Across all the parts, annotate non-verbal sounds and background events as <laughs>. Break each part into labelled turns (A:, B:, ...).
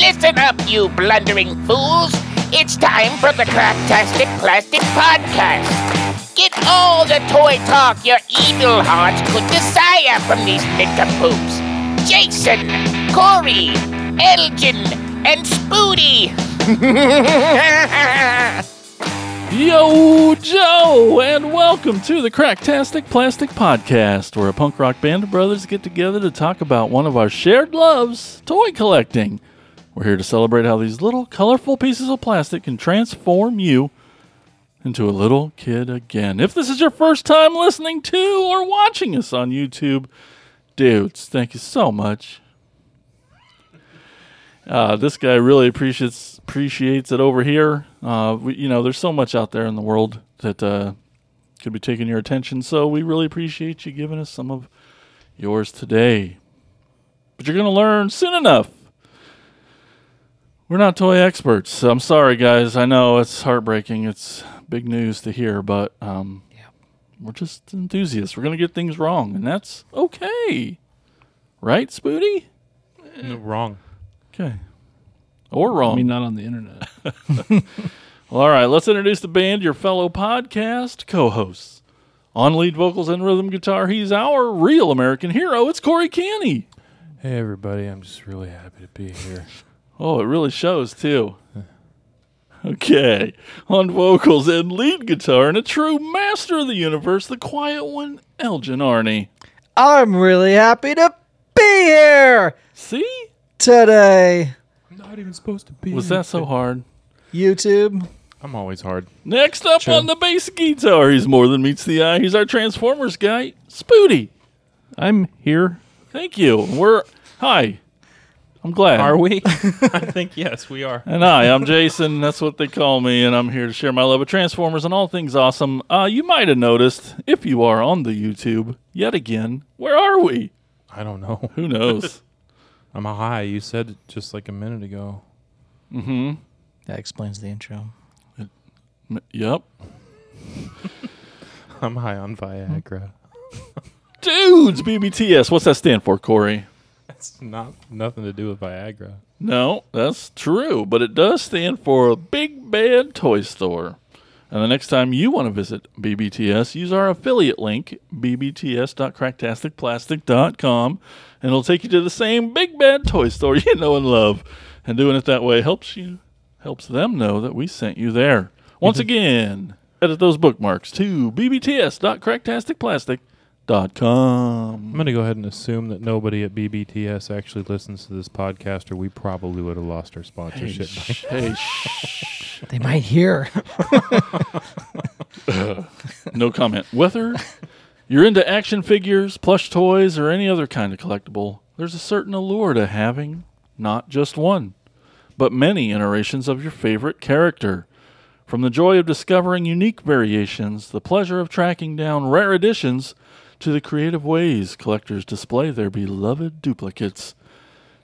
A: Listen up, you blundering fools! It's time for the Cracktastic Plastic Podcast! Get all the toy talk your evil hearts could desire from these nincompoops! Jason, Corey, Elgin, and <laughs> Spooty!
B: Yo, Joe, and welcome to the Cracktastic Plastic Podcast, where a punk rock band of brothers get together to talk about one of our shared loves toy collecting. We're here to celebrate how these little colorful pieces of plastic can transform you into a little kid again. If this is your first time listening to or watching us on YouTube, dudes, thank you so much. Uh, this guy really appreciates appreciates it over here. Uh, we, you know, there's so much out there in the world that uh, could be taking your attention, so we really appreciate you giving us some of yours today. But you're gonna learn soon enough. We're not toy experts. I'm sorry, guys. I know it's heartbreaking. It's big news to hear, but um, we're just enthusiasts. We're gonna get things wrong, and that's okay, right, Spooty?
C: wrong.
B: Okay. Or wrong.
D: I mean, not on the internet.
B: <laughs> Well, all right, let's introduce the band, your fellow podcast co hosts. On lead vocals and rhythm guitar, he's our real American hero. It's Corey Canny.
C: Hey everybody, I'm just really happy to be <laughs> here.
B: Oh, it really shows, too. <laughs> Okay. On vocals and lead guitar, and a true master of the universe, the quiet one, Elgin Arnie.
E: I'm really happy to be here
B: See?
E: today.
C: I'm not even supposed to be.
B: Was that so hard?
E: YouTube.
C: I'm always hard.
B: Next up on the bass guitar, he's more than meets the eye. He's our Transformers guy, Spooty.
D: I'm here.
B: Thank you. We're hi. I'm glad.
C: we? I think yes, we are.
B: And hi, I'm Jason. That's what they call me, and I'm here to share my love of Transformers and all things awesome. Uh, you might have noticed, if you are on the YouTube, yet again, where are we?
C: <laughs> I don't know.
B: Who
D: <laughs>
B: knows?
C: I'm a high. You said it just like a minute ago.
E: That explains the intro.
B: M- yep.
C: I'm high on Viagra.
B: Dudes, BBTS. What's that stand for, Corey?
C: <laughs> That's not nothing to do with Viagra.
B: No, that's true, but it does stand for a Big Bad Toy Store. And the next time you want to visit BBTS, use our affiliate link, bbts.cracktasticplastic.com, and it'll take you to the same Big Bad Toy Store <laughs> you know and love. And doing it that way helps you, helps them know that we sent you there. Once again, edit those bookmarks to bbts.cracktasticplastic.com.
C: <laughs> I'm gonna go ahead and assume that nobody at BBTS actually listens to this podcast, or we probably would have lost our sponsorship.
B: Hey, shh.
E: They might hear.
B: <laughs> No comment. Whether you're into action figures, plush toys, or any other kind of collectible, there's a certain allure to having not just one, but many iterations of your favorite character. From the joy of discovering unique variations, the pleasure of tracking down rare editions, to the creative ways collectors display their beloved duplicates.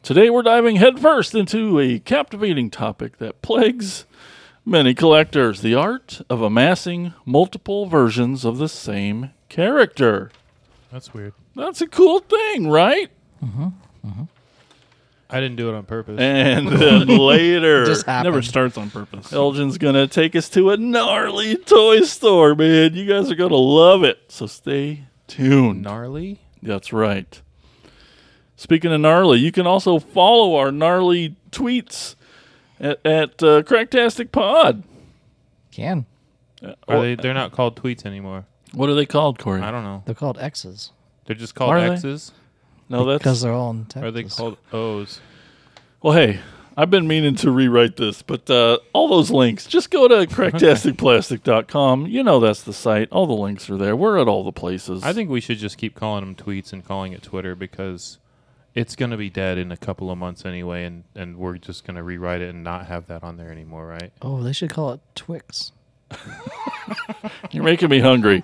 B: Today we're diving headfirst into a captivating topic that plagues many collectors the art of amassing multiple versions of the same character.
C: That's weird.
B: That's a cool thing, right?
C: I didn't do it on purpose.
D: <laughs>
B: And then later,
E: Just happened.
D: Never starts on purpose.
B: Elgin's going to take us to a gnarly toy store, man. You guys are going to love it. So stay tuned.
C: Gnarly.
B: That's right. Speaking of gnarly, you can also follow our gnarly tweets at, at uh, Cracktastic Pod.
E: Can.
C: Are they? They're not called tweets anymore.
B: What are they called, Corey?
C: I don't know.
E: They're called X's
C: They're just called
B: Are they?
C: X's.
B: No,
E: because
B: that's
E: they're all in Texas.
C: Are they called O's?
B: well. Hey, I've been meaning to rewrite this, but uh, all those links. Just go to cracktasticplastic.com. You know that's the site. All the links are there. We're at all the places.
C: I think we should just keep calling them tweets and calling it Twitter because it's going to be dead in a couple of months anyway, and, and we're just going to rewrite it and not have that on there anymore, right?
E: Oh, they should call it Twix.
B: You're making me hungry.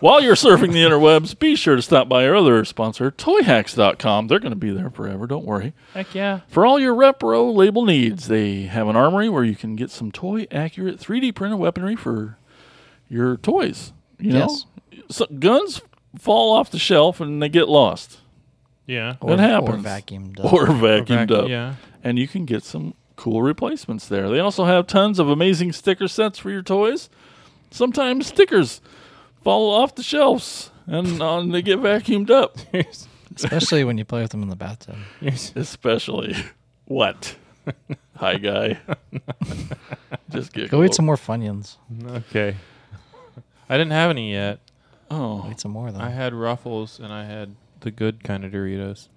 B: While you're surfing the interwebs, be sure to stop by our other sponsor, toyhacks.com. They're going to be there forever. Don't worry.
C: Heck yeah.
B: For all your repro label needs, they have an armory where you can get some toy accurate 3D printed weaponry for your toys. You
E: Yes.
B: know, so guns fall off the shelf and they get lost
C: Yeah.
B: That happens.
E: Or vacuumed. up.
B: or vacuumed up,
C: Yeah.
B: and you can get some cool replacements there. They also have tons of amazing sticker sets for your toys. Sometimes stickers fall off the shelves and um, they get vacuumed
E: <laughs>
B: up,
E: Especially when you play with them in the bathtub.
B: especially. What? Hi, guy. Just get
E: Go eat
B: close.
E: some more Funyuns.
C: <laughs> Okay. I didn't have any yet.
B: Oh,
E: Eat some more of them.
C: I had Ruffles and I had the good kind of Doritos.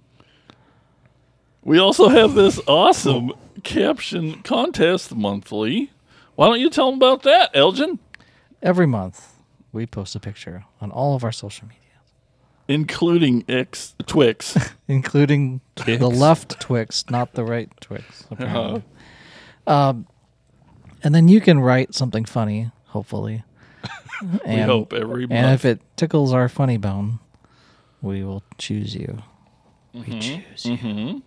B: we also have this awesome caption contest monthly. Why don't you tell them about that, Elgin?
E: Every month, we post a picture on all of our social media,
B: Including X
E: <laughs>
B: Twix.
E: including
C: Twix.
E: the left Twix, not the right
C: <laughs>
E: Twix. Apparently.
B: Uh,
E: Um, and then you can write something funny, hopefully.
B: <laughs> we
E: and,
B: hope every month.
E: And if it tickles our funny bone, we will choose you. We
B: Mm-hmm.
E: choose you.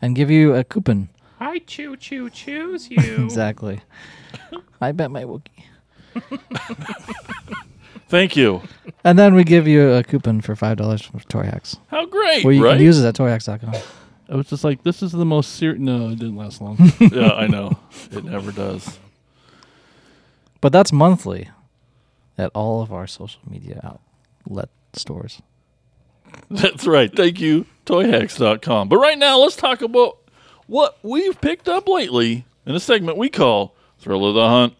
E: And give you a coupon.
C: I choo choo choose you.
E: <laughs> Exactly. I bet my Wookiee.
B: Thank you.
E: And then we give you a coupon for $5 from Toy Hacks.
B: How great,
E: Well, you
B: right?
E: can use it at toyhacks.com.
D: I was just like, this is the most serious. No, it didn't last long.
B: <laughs> yeah, I know. It never does. <laughs>
E: But that's monthly at all of our social media outlet stores.
B: That's right. Thank you, toyhacks.com. But right now, let's talk about what we've picked up lately in a segment we call Thrill of the Hunt.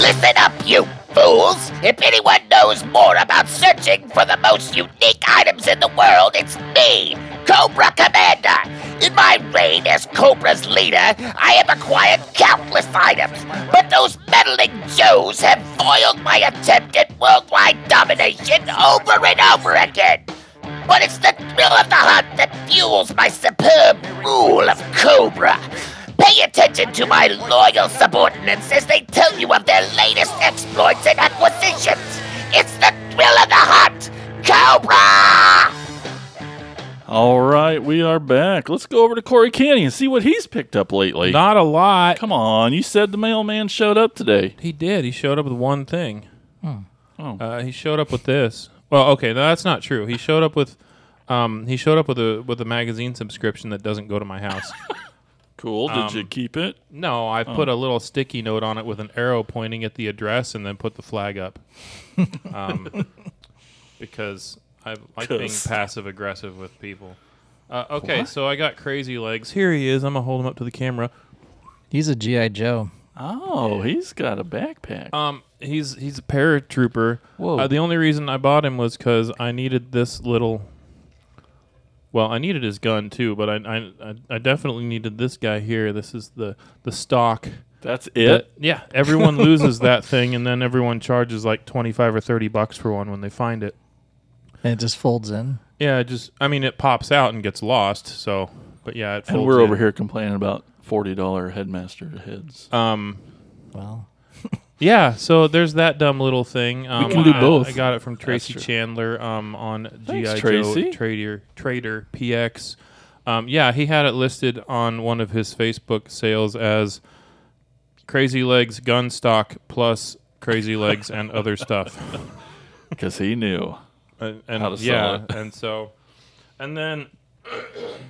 A: Listen up, you fools! If anyone knows more about searching for the most unique items in the world, it's me, Cobra Commander! In my reign as Cobra's leader, I have acquired countless items, but those meddling Joes have foiled my attempt at worldwide domination over and over again! But it's the thrill of the hunt that fuels my superb rule of Cobra. Pay attention to my loyal subordinates as they tell you of their latest exploits and acquisitions. It's the thrill of the hunt, Cobra!
B: All right, we are back. Let's go over to Corey Canny and see what he's picked up lately.
C: Not a lot.
B: Come on, you said the mailman showed up today.
C: He did. He showed up with one thing.
B: Oh.
C: Uh, he showed up with this. Well, okay, no, that's not true. He showed up with, um, he showed up with a with a magazine subscription that doesn't go to my <laughs> house.
B: Cool. Did you keep it?
C: no, I put a little sticky note on it with an arrow pointing at the address, and then put the flag up, um, because I like being
B: 'Cause.
C: passive aggressive with people. Uh, okay, so I got crazy legs. Here he is. I'm gonna hold him up to the camera.
E: He's a G.I. Joe.
B: Oh, he's got a backpack.
C: Um, he's he's a paratrooper.
B: Whoa.
C: Uh, the only reason I bought him was because I needed this little. Well, I needed his gun too, but I I, I- I definitely needed this guy here. This is the the stock.
B: That's
C: that-
B: it.
C: yeah, everyone loses that <laughs> thing, and then everyone charges like twenty five or thirty bucks for one when they find it.
E: And it just folds in.
C: Yeah, it just I mean, it pops out and gets lost. So, but yeah, it
B: and
C: folds
B: we're
C: in.
B: over here complaining about $40 headmaster heads.
C: Um,
E: Well,
C: Yeah, so there's that dumb little thing. Um,
B: can do
C: I-
B: both.
C: I got it from Tracy
B: true.
C: Chandler um, on
B: Thanks,
C: GI
B: Tracy.
C: Joe Trader Trader PX. Um, yeah, he had it listed on one of his Facebook sales as Crazy Legs gun stock plus Crazy Legs and other stuff.
B: <laughs> Because he knew. <laughs>
C: And, and
B: How to sell
C: yeah,
B: it. <laughs>
C: and so, and then, <coughs>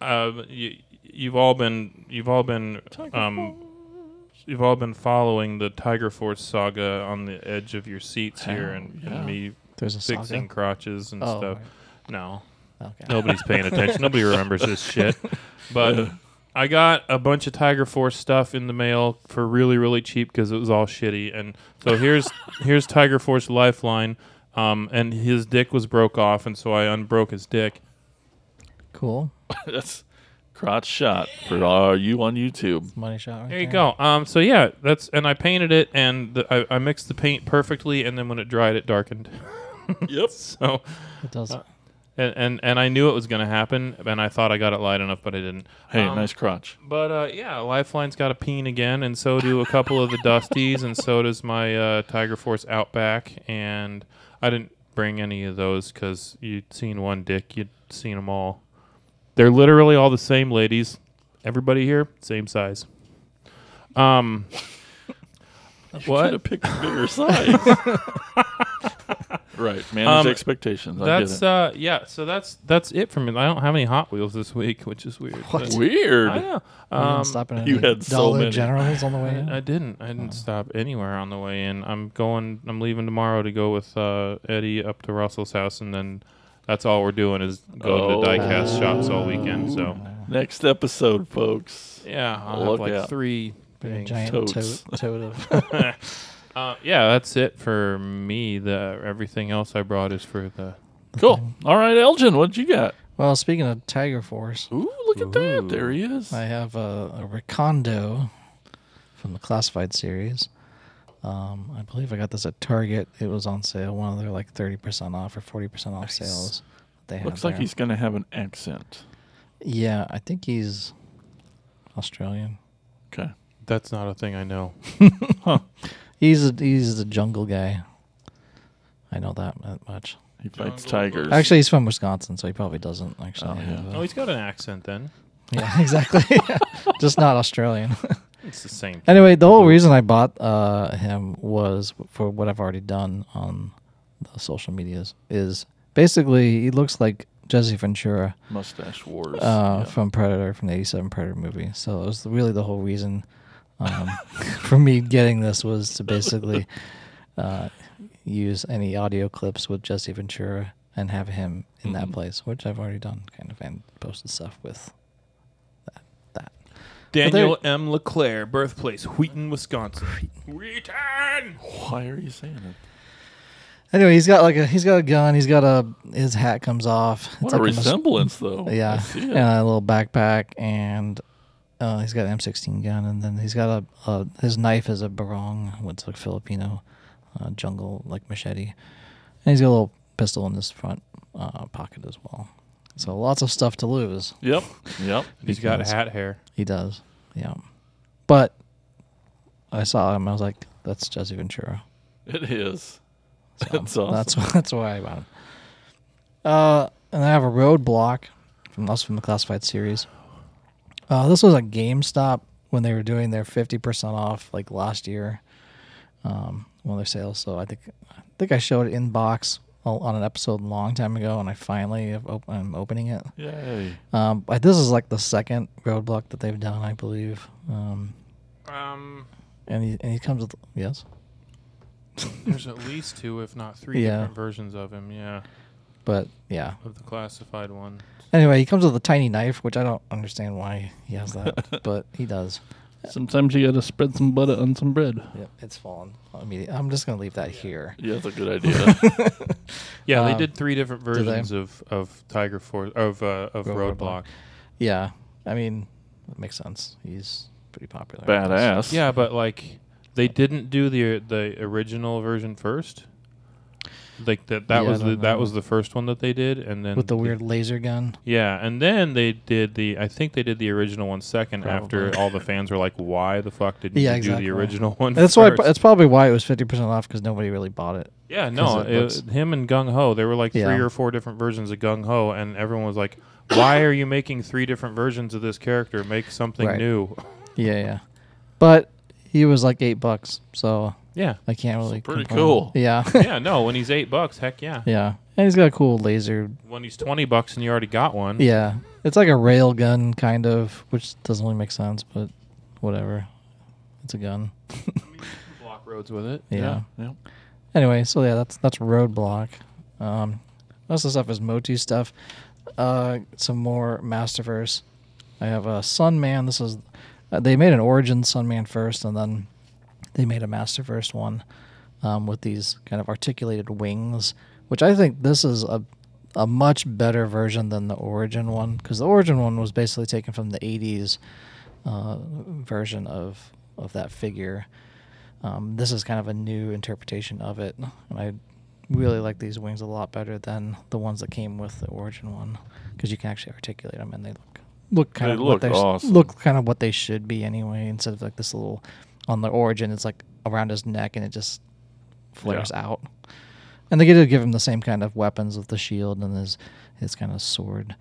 C: uh, you, you've all been you've all been um, you've all been following the Tiger Force saga on the edge of your seats here, and, and me
E: there's a
C: fixing
E: saga.
C: crotches and
E: Oh,
C: stuff.
E: right.
C: No,
E: Okay.
C: nobody's paying attention. Nobody remembers this shit. But I got a bunch of Tiger Force stuff in the mail for really, really cheap because it was all shitty. And so here's here's Tiger Force Lifeline, um, and his dick was broke off, and so I unbroke his dick.
E: Cool.
B: That's crotch shot for all you on YouTube.
E: Money shot right
C: There you go. Um, so yeah, that's and I painted it, and the, I, I mixed the paint perfectly, and then when it dried, it darkened. <laughs>
B: Yep.
C: So.
E: It does.
B: Uh,
C: And, and, and I knew it was going to happen, and I thought I got it light enough, but I didn't.
B: Hey,
C: Um,
B: nice crotch.
C: But uh, yeah, Lifeline's got a peen again, and so do a couple of the Dusties, and so does my uh, Tiger Force Outback. And I didn't bring any of those because you'd seen one dick, you'd seen them all. They're literally all the same, ladies. Everybody here, same size. Um,
B: Could
C: what?
B: have picked a bigger size. Right. Manage
C: Um,
B: expectations. I
C: That's
B: get it.
C: uh yeah. So that's that's it for me. I don't have any Hot Wheels this week, which is weird. but-
B: Weird.
C: I know.
E: Um,
C: Um,
E: stopping at
B: you
E: any
B: had so
E: Dollar
B: many.
E: Generals on
B: <laughs>
E: the way in.
C: I didn't. I didn't stop anywhere on the way in. I'm going. I'm leaving tomorrow to go with uh, Eddie up to Russell's house, and then that's all we're doing is go
B: Oh.
C: to diecast shops all weekend. So
B: Next episode, folks.
C: yeah, I'll
B: Look
C: have like
B: out.
C: three
E: A
C: things.
E: giant
B: totes.
E: tote, tote of.
B: <laughs>
C: Uh, yeah, that's it for me. The everything else I brought is for the.
B: Cool. All right, Elgin, what you got?
E: well, speaking of Tiger Force,
B: Ooh, look at that. There he is.
E: I have a, a Recondo from the Classified series. Um, I believe I got this at Target. It was on sale. One of their like thirty percent off or forty percent off sales. They have
B: Looks like
E: there.
B: he's going to have an accent.
E: Yeah, I think he's Australian.
B: Okay.
C: That's not a thing I know.
E: He's a, he's the jungle guy. I know that mu- much.
B: He fights tigers.
E: Actually, he's from Wisconsin, so he probably doesn't actually.
B: Oh,
E: have
B: yeah.
E: a-
C: Oh, he's got an accent. Then
E: Yeah, <laughs> exactly. Just not Australian. <laughs>
C: it's the same.
E: anyway, the whole reason I bought uh, him was for what I've already done on the social medias. Is basically he looks like Jesse Ventura
B: mustache wars.
E: uh,
B: Yeah.
E: from Predator from the '87 Predator movie. So it was really the whole reason um, <laughs> for me getting this was to basically uh, use any audio clips with Jesse Ventura and have him in
B: Mm-hmm.
E: that place, which I've already done, kind of, and posted stuff with that. that.
C: Daniel M. LeClaire, birthplace Wheaton, Wisconsin. Wheaton.
B: Why are you saying it?
E: Anyway, he's got like a he's got a gun. He's got a his hat comes off. It's
B: What a
E: like a mus-
B: resemblance, though. Oh, I
E: yeah,
B: see it.
E: and a little backpack, and uh, he's got an M16 gun, and then he's got a, a his knife is a barong, which is like Filipino uh, jungle like machete, and he's got a little pistol in his front uh, pocket as well. So lots of stuff to lose.
B: Yep. Yep.
C: He's got
E: Because-
C: hat hair.
E: He does, yeah. But I saw him. I was like, that's Jesse Ventura.
B: It is. That's awesome.
E: That's <laughs> that's why I bought him. Uh, and I have a roadblock from us from the classified series. Uh, this was a GameStop when they were doing their fifty percent off like last year, um, one of their sales. So I think I think I showed it in box o- on an episode a long time ago, and I finally have op- I'm opening it.
B: Yay.
E: Um, but this is like the second roadblock that they've done, I believe. Um,
C: Um,
E: and he and he comes with yes.
C: there's at least two, if not three,
E: Yeah.
C: different versions of him. Yeah,
E: But yeah.
C: of the classified one.
E: Anyway, he comes with a tiny knife, which I don't understand why he has
B: <laughs>
E: that, but he does.
D: Sometimes you gotta spread some butter on some bread.
E: Yep, it's fallen immediately. I'm just gonna leave that here.
B: Yeah, that's a
E: <laughs>
B: good idea.
C: Yeah, they
E: Um,
C: did three different
E: they?
C: versions of of Tiger Force of uh, of
E: Roadblock.
C: Roadblock.
E: Yeah, I mean, that makes sense. He's pretty popular.
B: Badass.
C: Yeah, but like they didn't do the the original version first. Like that that
E: Yeah, I
C: was the,
E: don't
C: that
E: know.
C: was the first one that they did, and then
E: with the weird laser gun.
C: Yeah, and then they did the. I think they did the original one second after all the fans were like, "Why the fuck didn't
E: Yeah,
C: you
E: exactly.
C: do the original
B: Mm-hmm.
C: one?"
E: That's why.
C: first?"
E: That's probably why it was fifty percent off because nobody really bought it.
C: yeah, no,
E: 'cause it
C: it-
E: looks-
C: him and Gung Ho. There were like
E: Yeah.
C: three or four different versions of Gung Ho, and everyone was like, "Why are you making three different versions of this character? Make something
E: Right.
C: new."
E: Yeah, yeah. But he was like eight bucks, so
C: Yeah,
E: I can't really.
B: pretty
E: complain.
B: cool.
E: Yeah,
C: <laughs>
E: <laughs>
C: yeah, no. When he's eight bucks, heck yeah.
E: yeah. And he's got a cool laser
C: When he's twenty bucks and you already got one,
E: Yeah, it's like a rail gun kind of, which doesn't really make sense, but whatever. It's a gun.
C: block roads with it.
E: Yeah.
B: Yeah.
E: Anyway, so yeah, that's that's roadblock. Um, most of the stuff is Motu stuff. Uh, some more Masterverse. I have a Sunman. This is uh, they made an Origin Sunman first, and then they made a Masterverse one um, with these kind of articulated wings, which I think this is a a much better version than the Origin one because the Origin one was basically taken from the '80s uh, version of of that figure. Um, this is kind of a new interpretation of it, and I really like these wings a lot better than the ones that came with the Origin one because you can actually articulate them and they look look kind
B: They
E: of
B: look
E: what they s-
B: awesome.
E: look kind of what they should be anyway. Instead of like this little on the Origin, it's like around his neck and it just flares
B: Yeah.
E: out. And they get to give him the same kind of weapons with the shield and his his kind of sword,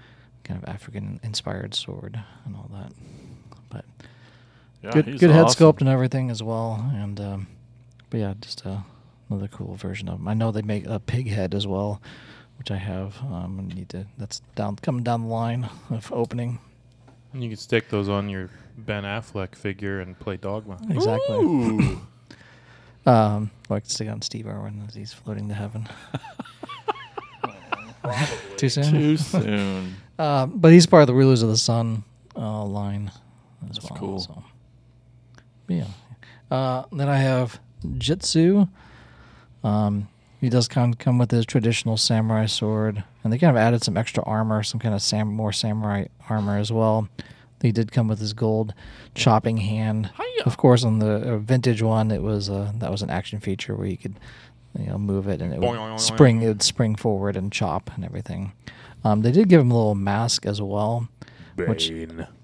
E: kind of African inspired sword and all that. But
B: Yeah,
E: good
B: Ah, he's
E: good head
B: awesome.
E: sculpt and everything as well. And um, but yeah, just a another cool version of them. I know they make a pig head as well, which I have. Um, I need to. That's down coming down the line of opening.
C: And you can stick those on your Ben Affleck figure and play Dogma.
E: Exactly.
B: Ooh.
E: <laughs> Um, like to stick on Steve Irwin as he's floating
B: <laughs>
E: to heaven. Too soon.
B: Too soon.
E: Uh, but he's part of the Rulers of the Sun uh, line as well.
B: cool.
E: so. Yeah. Uh, then I have Jitsu. Um, he does kind of come with his traditional samurai sword, and they kind of added some extra armor, some kind of sam- more samurai armor as well. He did come with his gold chopping hand.
B: Hi-ya.
E: Of course, on the uh, vintage one, it was uh, that was an action feature where you could, you know, move it and it
C: Boing, boing, boing,
E: would spring. It would spring forward and chop and everything. Um, they did give him a little mask as well, which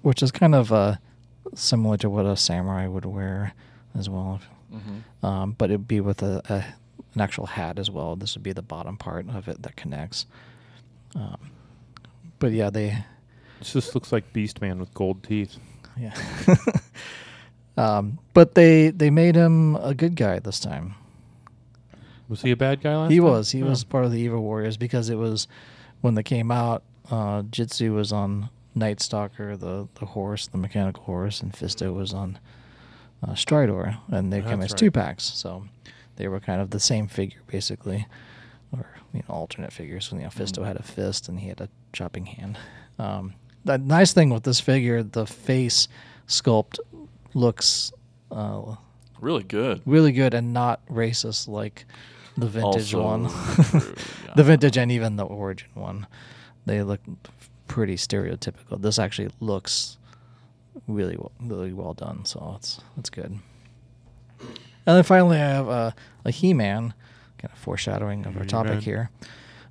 E: which is kind of uh, similar to what a samurai would wear as well. Um, but it'd be with a, a an actual hat as well. This would be the bottom part of it that connects. Um, but yeah, they
C: It just looks like Beast Man with gold teeth.
E: yeah. <laughs> um, but they they made him a good guy this time.
C: Was he a bad guy last
E: He
C: time?
E: was. He
C: Oh.
E: was part of the Evil Warriors because it was when they came out. Uh, Jitsu was on Night Stalker, the the horse, the mechanical horse, and Fisto was on uh, Stridor, and they came as
C: That's
E: two
C: right.
E: packs. So they were kind of the same figure basically, or you know alternate figures. You know, Fisto
C: Mm.
E: had a fist and he had a chopping hand. Um, the nice thing with this figure, the face sculpt looks. Uh,
B: Really good.
E: really good and not racist like the vintage
B: Also
E: one.
C: <laughs>
E: <laughs>
B: true, yeah.
E: the vintage and even the origin one. They look pretty stereotypical. This actually looks really well, really well done, so it's it's good. And then finally, I have uh, a He-Man, kind of foreshadowing of our topic
C: He-Man.
E: here.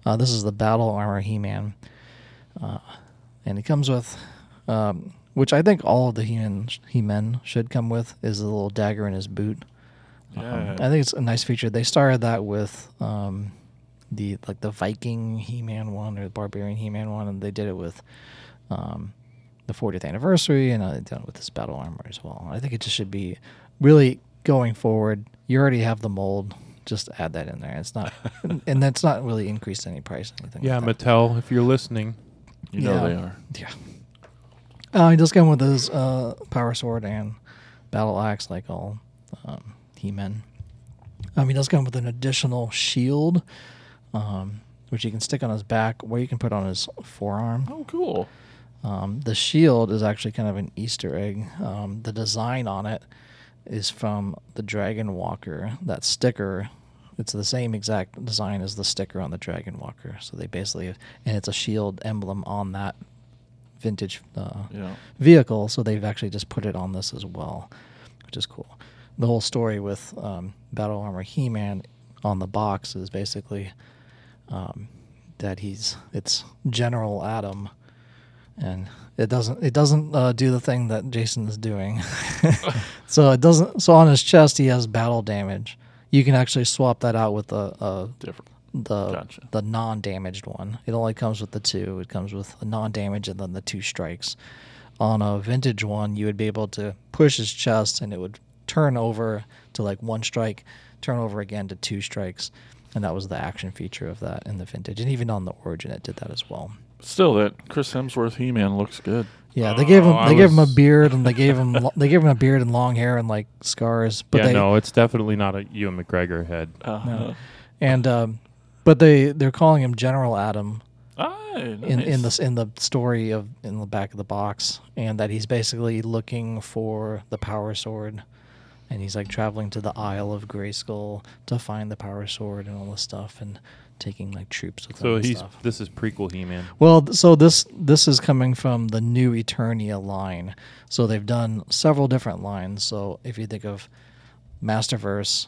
E: Uh, this is the Battle Armor He-Man, uh, and it comes with, um, which I think all of the He-Man, He-Men should come with, is the little dagger in his boot.
B: Yeah.
E: I think it's a nice feature. They started that with um, the like the Viking He-Man one or the Barbarian He-Man one, and they did it with um, the 40th anniversary, and now they've done it with this battle armor as well. I think it just should be really going forward. You already have the mold. Just add that in there. It's not, <laughs> and that's not really increased any price. or Anything.
C: Yeah,
E: like that.
C: Mattel, if you're listening.
B: you know
E: yeah.
B: they are.
E: yeah. Uh, he does come with his uh, power sword and battle axe, like all um, He-Men. Um, he does come with an additional shield, um, which you can stick on his back, or you can put on his forearm.
B: Oh, cool.
E: Um, the shield is actually kind of an Easter egg. Um, the design on it is from the Dragon Walker. That sticker, it's the same exact design as the sticker on the Dragon Walker. So they basically, and it's a shield emblem on that vintage uh,
B: Yeah.
E: vehicle. So they've actually just put it on this as well, which is cool. The whole story with um, Battle Armor He Man on the box is basically um, that he's it's General Adam, and it doesn't it doesn't uh, do the thing that Jason is doing. <laughs> so it doesn't. So on his chest he has battle damage. You can actually swap that out with a, a
B: Different.
E: the
B: Gotcha.
E: the non-damaged one. It only comes with the two. It comes with the non-damage and then the two strikes. On a vintage one, you would be able to push his chest and it would turn over to like one strike, turn over again to two strikes, and that was the action feature of that in the vintage. And even on the origin, it did that as well.
B: Still, that Chris Hemsworth He-Man looks good.
E: Yeah, they gave him
C: Oh, I
E: they gave him a
C: was-
E: beard and they gave him lo- they gave him a beard and long hair and like scars. But
C: yeah,
E: they,
C: no, it's definitely not a Ewan McGregor head.
B: Uh,
E: and um, but they they're calling him General Adam
B: Aye,
E: in in
B: nice.
E: the in the story of in the back of the box, and that he's basically looking for the power sword, and he's like traveling to the Isle of Grayskull to find the power sword and all this stuff, and taking like troops with him.
C: So
E: and
C: he's
E: stuff.
C: this is prequel He-Man.
E: Well, th- so this this is coming from the new Eternia line. So they've done several different lines. So if you think of Masterverse,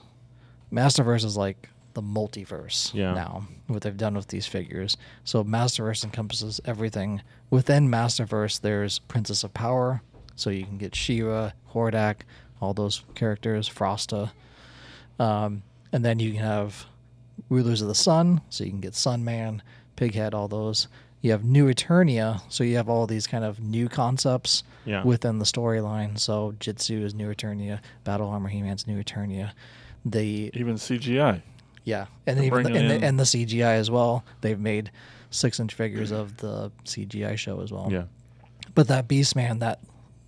E: Masterverse is like the multiverse
C: Yeah.
E: now. What they've done with these figures. So Masterverse encompasses everything. Within Masterverse, there's Princess of Power. So you can get She-Ra, Hordak, all those characters, Frosta. Um, and then you can have Rulers of the Sun, so you can get Sunman, Pighead, all those. You have New Eternia, so you have all these kind of new concepts
C: Yeah.
E: within the storyline. So Jitsu is New Eternia, Battle Armor He Man's New Eternia. The
B: Even CGI.
E: Yeah, and even
B: bringing
E: and the,
B: in-
E: and the CGI as well. They've made six inch figures of the CGI show as well.
C: Yeah.
E: But that Beastman, that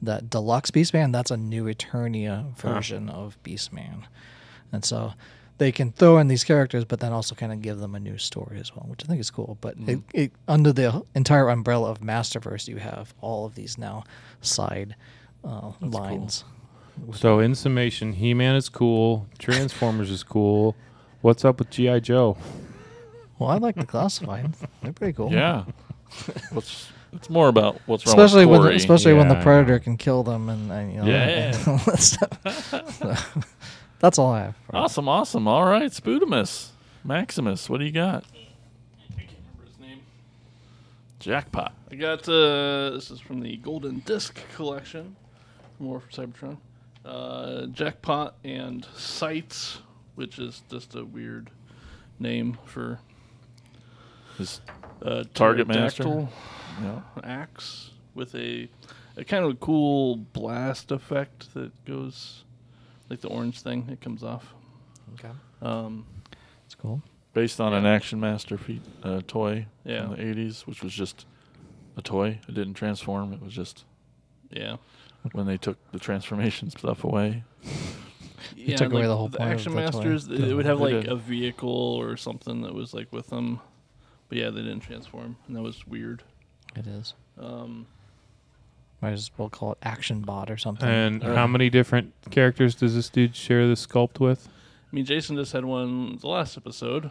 E: that deluxe Beastman, that's a new Eternia version of Beastman, and so they can throw in these characters, but then also kind of give them a new story as well, which I think is cool. But it, it, under the entire umbrella of Masterverse, you have all of these now side uh, lines.
C: So in summation, He Man is cool. Transformers is cool. What's up with GI Joe?
E: Well, I like the classified; <laughs> they're pretty cool. <laughs>
B: Yeah. What's it's more about what's wrong
E: especially
B: with
E: when
B: Corey.
E: especially when the
C: Yeah, I
E: predator can kill them and, and you know
B: Yeah.
E: and <laughs> all that stuff. So,
B: <laughs>
E: that's all I have. for-
B: awesome, awesome. All right, Spudamus, Maximus, what do you got?
D: I can't remember his name. Jackpot. I got uh, this is from the Golden Disc collection from War for Cybertron. Uh, Jackpot and Sights, which is just a weird name for
B: His
D: uh,
B: Target Master?
D: pterodactyl
B: Yeah.
D: axe with a, a kind of cool blast effect that goes like the orange thing. It comes off.
E: Okay,
D: Um,
E: that's cool.
B: based on an Action Master feat, uh, toy
D: Yeah.
B: from the '80s, which was just a toy. It didn't transform. It was just
D: yeah.
B: when they took the transformation <laughs> stuff away.
D: yeah,
E: took away
D: like,
E: the whole point of
D: action
E: the toy.
D: masters. They, they would have
B: They
D: like
B: did.
D: a vehicle or something that was like with them, but yeah, they didn't transform, and that was weird.
E: It is.
D: Um,
E: Might as well call it Action Bot or something.
C: And how many different characters does this dude share the sculpt with?
D: I mean, Jason just had one the last episode,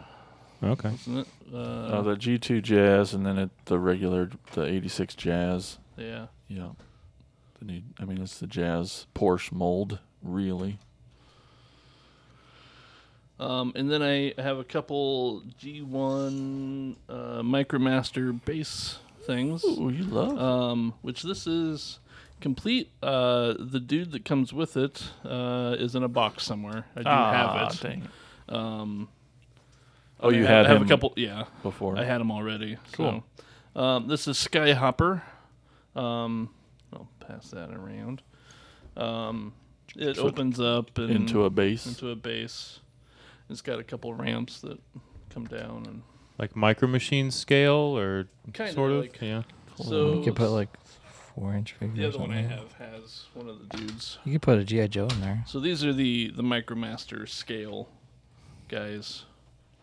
C: Okay.
D: wasn't it? Uh,
B: Uh, the G2 Jazz, and then it, the regular the '86 Jazz.
D: yeah,
B: Yeah. The new, I mean, it's the Jazz Porsche mold, really.
D: um, and then I have a couple G1 uh, MicroMaster base things.
B: Ooh, you love.
D: um, which this is complete. Uh, the dude that comes with it uh, is in a box somewhere. I do
B: Ah,
D: have it.
B: dang.
D: Um,
B: Oh, you
D: I
B: had
D: I have
B: him
D: a couple. Yeah,
B: before.
D: I had him already.
B: Cool.
D: So. Um, this is Skyhopper. Um, I'll pass that around. Um, it
B: So-
D: opens up and
B: into a base.
D: into a base. It's got a couple ramps that come down and
C: Like micro machine scale or
D: Kinda
C: sort of?
D: like-
C: <laughs> yeah.
D: so
E: you could put like four inch figures.
D: the other one I
E: there.
D: have has one of the dudes.
E: You could put a GI Joe in there.
D: So these are the the MicroMaster scale guys.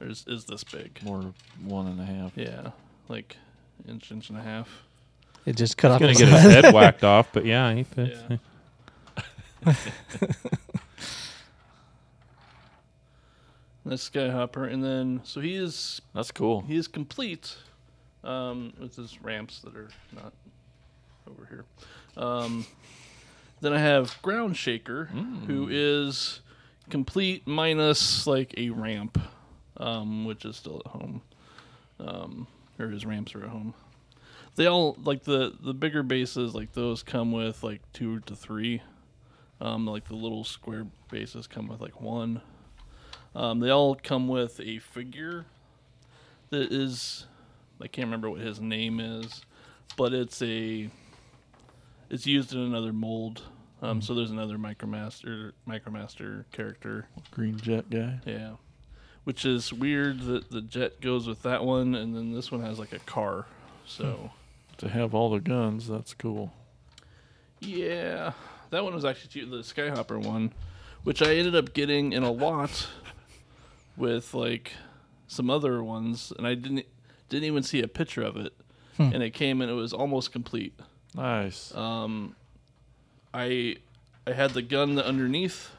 D: There's is this big?
B: More one and a half.
D: Yeah, like inch inch and a half.
E: It just cut off.
C: Gonna
E: his
C: get his
E: head.
C: head whacked off, but yeah, he fits.
D: Yeah. <laughs> That's Skyhopper, and then so he is
B: That's cool.
D: he is complete um, with his ramps that are not over here. Um, then I have Ground Shaker, who is complete minus like a ramp, um, which is still at home, um, or his ramps are at home. They all like the the bigger bases like those come with like two to three. Um, like the little square bases come with like one. Um, they all come with a figure that is I can't remember what his name is, but it's a it's used in another mold. Um, so there's another micromaster micromaster character.
B: Green jet guy.
D: Yeah. Which is weird that the jet goes with that one and then this one has like a car. So
B: To have all the guns, that's cool.
D: Yeah, that one was actually the Skyhopper one, which I ended up getting in a lot with like some other ones, and I didn't didn't even see a picture of it,
B: Hmm.
D: and it came and it was almost complete.
B: Nice.
D: Uh, I I had the gun underneath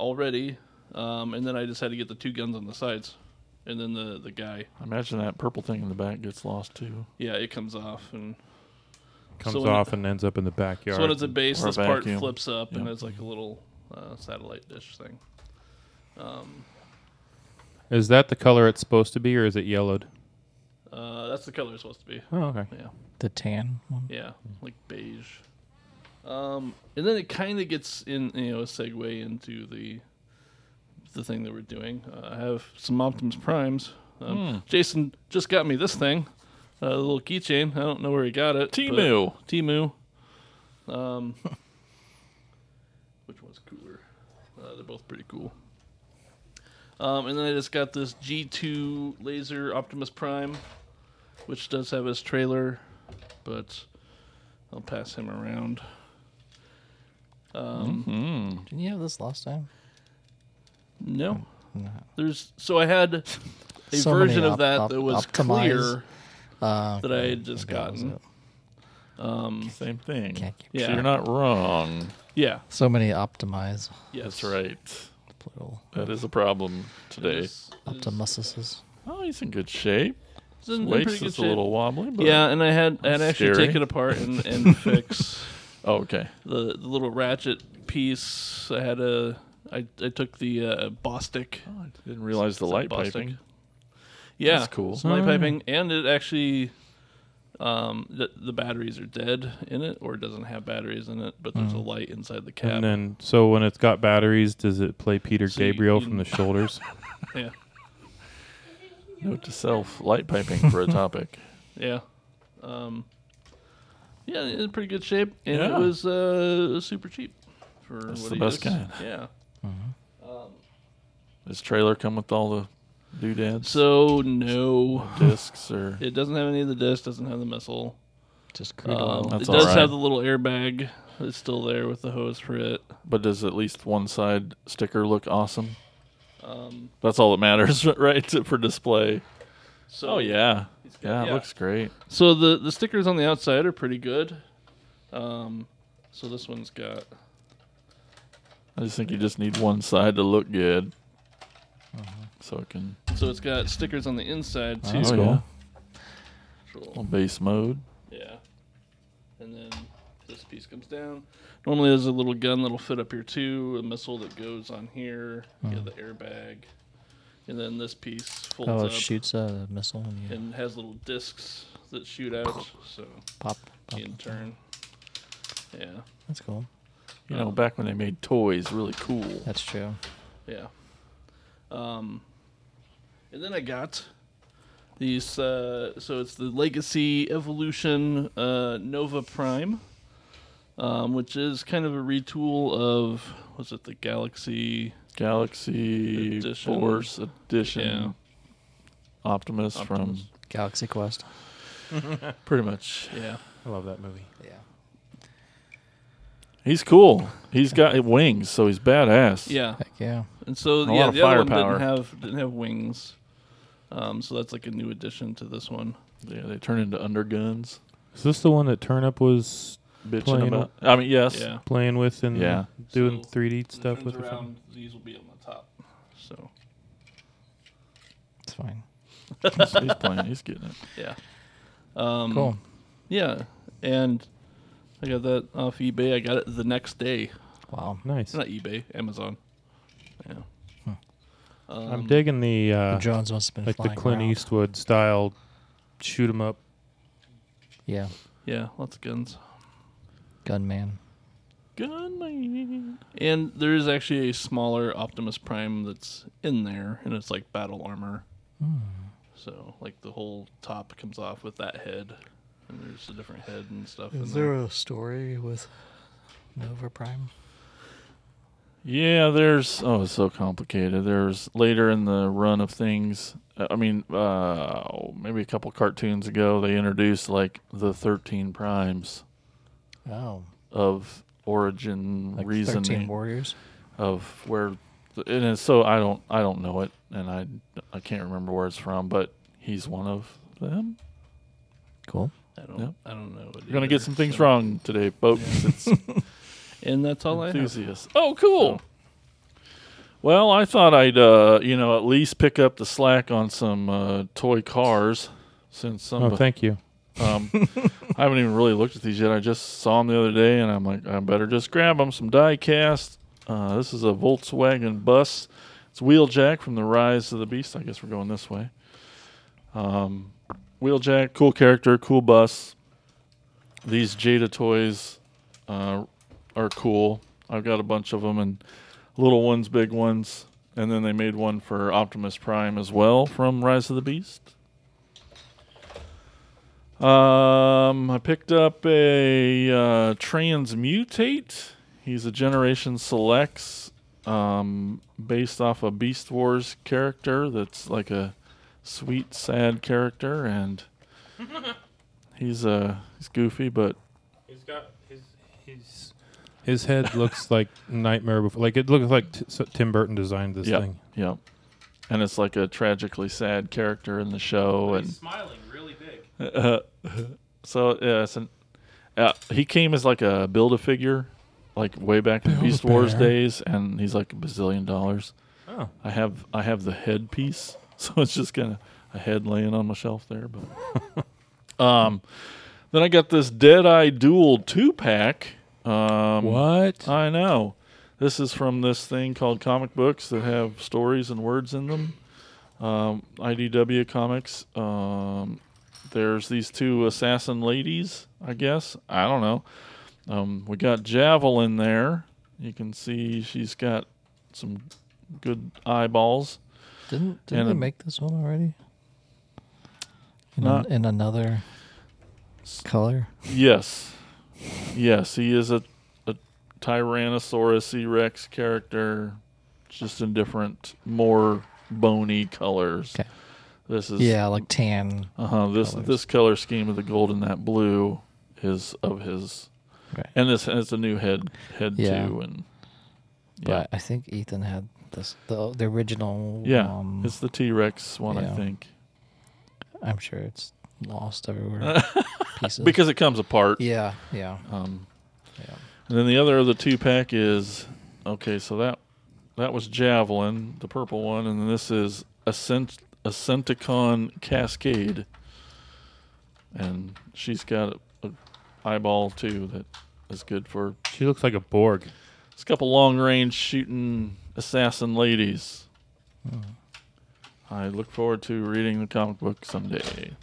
D: already, um, and then I just had to get the two guns on the sides, and then the the guy.
B: I Imagine that purple thing in the back gets lost too.
D: Yeah, it comes off and.
C: Comes
D: So when
C: off and ends up in the backyard.
D: So when it's a base,
B: Or a
D: this part
B: vacuum.
D: flips up and
B: Yeah.
D: it's like a little uh, satellite dish thing.
C: is that the color it's supposed to be or is it yellowed?
D: Uh, that's the color it's supposed to be.
C: Oh, okay.
D: Yeah,
E: <laughs> the tan one.
D: yeah, like beige. Um, and then it kind of gets in, you know, a segue into the the thing that we're doing. Uh, I have some Optimus Primes. Um, Jason just got me this thing, a little keychain. I don't know where he got it. but-
B: Timu.
D: Timu. Um, <laughs> which one's cooler? Uh, they're both pretty cool. Um, and then I just got this G2 Laser Optimus Prime, which does have his trailer, but I'll pass him around.
E: Didn't you have this last time?
B: Hmm.
D: No. There's so I had a
E: So many
D: version of
E: op-
D: that
E: op-
D: that was
E: optimize.
D: clear
E: Uh,
D: that I had just
E: maybe that was
D: gotten.
E: it.
B: Same thing.
E: Can't keep-
D: Mm. Yeah.
B: So you're not wrong.
D: Yeah.
E: So many optimize.
D: Yes.
B: That's right.
E: Plural.
B: That is a problem today.
D: It's,
E: Optimuses.
B: Oh, he's in good shape.
D: it's in- in pretty
B: Waist
D: good
B: is a
D: shape.
B: little wobbly, but
D: Yeah, and I had I had
B: That's
D: actually
B: scary.
D: take it apart
B: <laughs>
D: and, and fix
B: Oh, okay.
D: the, the little ratchet piece. I had a I, I took the uh, Bostic.
B: Oh, I didn't realize the
D: It's a
B: light
D: Bostic.
B: piping.
D: Yeah,
B: That's cool.
D: It's light
B: Alright.
D: piping, and it actually um the, the batteries are dead in it, or it doesn't have batteries in it, but
B: Mm.
D: there's a light inside the cab.
C: And then, so when it's got batteries, does it play Peter
D: you-
C: Gabriel
D: you-
C: from
D: <laughs>
C: the shoulders?
D: yeah,
B: Note to self: light piping
D: <laughs>
B: for a topic.
D: yeah, um, yeah. It's in pretty good shape, and
B: Yeah.
D: it was uh super cheap for
B: That's
D: what
B: the
D: it
B: best
D: is.
B: kind.
D: Yeah.
B: Does trailer come with all the doodads,
D: So no,
B: discs, or
D: it doesn't have any of the disc. Doesn't have the missile.
E: Just crude
D: Um,
E: oil.
D: it
B: That's
D: does
B: all right.
D: have the little airbag that's still there with the hose for it.
B: but does at least one side sticker look awesome? That's all that matters, <laughs> right? For display.
D: So
B: Oh yeah, yeah, it
D: yeah.
B: looks great.
D: So the the stickers on the outside are pretty good. Um, so this one's got
B: I just think you just need one side to look good, Uh-huh. so it can
D: so it's got stickers on the inside too.
E: That's
B: Oh,
E: cool.
B: yeah.
D: Control.
B: on base mode.
D: Yeah. And then this piece comes down. Normally there's a little gun that'll fit up here too, a missile that goes on here, you have the airbag, and then this piece folds
E: Oh, it
D: up
E: shoots a missile and you
D: and has little discs that shoot out. So
E: pop. pop
D: you can
E: it.
D: turn. Yeah.
E: That's cool.
B: You know, back when they made toys really cool.
E: That's true.
D: Yeah. Um, and then I got these. Uh, so it's the Legacy Evolution uh, Nova Prime, um, which is kind of a retool of was it the Galaxy?
B: Galaxy
D: Edition.
B: Force Edition
D: Yeah.
B: Optimus,
D: Optimus.
E: Galaxy Quest.
B: from pretty much.
D: Yeah.
C: I love that movie.
E: Yeah.
B: He's cool. He's
D: <laughs>
B: got wings, so he's badass.
D: Yeah.
E: Heck yeah.
D: And so
B: A
D: yeah,
B: lot of
D: the other one
B: firepower.
D: didn't have didn't have wings. Um, so that's like a new addition to this one.
B: Yeah, they turn into underguns.
C: Is this the one that Turnup was
B: Bitching
C: Plain
B: about. I mean, yes.
D: Yeah.
C: playing with and
B: Yeah.
C: doing
D: So,
C: 3D
D: It
C: stuff
D: turns
C: with? or something?
D: around, these will be on the top. So
E: It's fine.
B: he's, he's playing. He's getting it.
D: yeah. Um,
E: Cool.
D: Yeah, and I got that off eBay. I got it the next day.
E: Wow.
C: Nice.
D: Not eBay, Amazon. Yeah.
B: um,
C: I'm digging the uh,
E: Jones must have been
C: like the
E: flying
C: Clint
E: around.
C: Eastwood style shoot 'em up.
E: Yeah.
D: Yeah, lots of guns.
E: Gunman.
B: Gunman.
D: And there is actually a smaller Optimus Prime that's in there, and it's like battle armor.
B: Hmm.
D: So, like, the whole top comes off with that head, and there's a different head and stuff. in there.
E: a story with Nova Prime?
B: Yeah, there's oh, it's so complicated. There's later in the run of things. uh, I mean, uh, maybe a couple cartoons ago, they introduced like the thirteen primes
E: Oh.
B: of origin,
E: Like
B: reason,
E: 13 Warriors.
B: of where th- and it's so I don't I don't know it and I I can't remember where it's from, but he's one of them.
E: Cool.
D: I don't,
B: Yep.
D: I don't know. it
B: You're gonna get
D: either,
B: some things
D: so-
B: wrong today, folks. It's
D: And that's all I have.
B: enthusiasts. Oh, cool. Well, I thought I'd uh, you know at least pick up the slack on some uh, toy cars since some
C: Oh, thank you.
B: um, <laughs> I haven't even really looked at these yet. I just saw them the other day, and I'm like, I better just grab them. Some die cast. Uh, this is a Volkswagen bus. It's Wheeljack from the Rise of the Beast. I guess we're going this way. Um, Wheeljack, cool character, cool bus. These Jada toys uh, are cool. I've got a bunch of them, and little ones, big ones. And then they made one for Optimus Prime as well from Rise of the Beast. Um, I picked up a uh, Transmutate. He's a Generation Selects based off a Beast Wars character that's like a sweet, sad character, and he's uh he's goofy, but
C: He's got his his his head looks <laughs> like Nightmare Before. Like it looks like t- so Tim Burton designed this
B: yeah,
C: thing.
B: yeah, and it's like a tragically sad character in the show, and
C: smiling really big.
B: <laughs> so yeah, it's an, uh, he came as like a build a figure, like way back in Beast Wars
E: Build-A-Bear.
B: days, and he's like a bazillion dollars.
C: Oh,
B: I have I have the headpiece, <laughs> so it's just kind of a head laying on my shelf there. But
C: <laughs>
B: um, then I got this Dead Eye Duel two pack. Um,
C: what?
B: I know. This is from this thing called comic books that have stories and words in them. Um, IDW comics. Um, there's these two assassin ladies, I guess. I don't know. Um, we got Javelin there. You can see she's got some good eyeballs.
E: Didn't
B: And
E: didn't they
B: a-
E: make this one already? In,
B: Not-
E: in another color.
B: Yes. Yes, he is a, a Tyrannosaurus E Rex character, just in different, more bony colors.
E: 'Kay.
B: This is
E: Yeah, like tan.
B: Uh huh. This
E: colors.
B: this color scheme of the gold and that blue is of his,
E: Right.
B: and this and it's a new head head
E: Yeah.
B: too, and
E: But I think Ethan had this the, the original.
B: yeah,
E: um,
B: it's the T Rex one, I
E: yeah.
B: think,
E: I'm sure it's
B: <laughs>
E: lost everywhere. pieces.
B: because it comes apart.
E: yeah, yeah,
B: Um,
E: yeah.
B: and then the other of the two pack is okay. So that that was Javelin, the purple one, and then this is Ascent Ascenticon Cascade, and she's got a, a eyeball too that is good for
C: She looks like a Borg.
B: It's a couple long range shooting assassin ladies. I look forward to reading the comic book someday.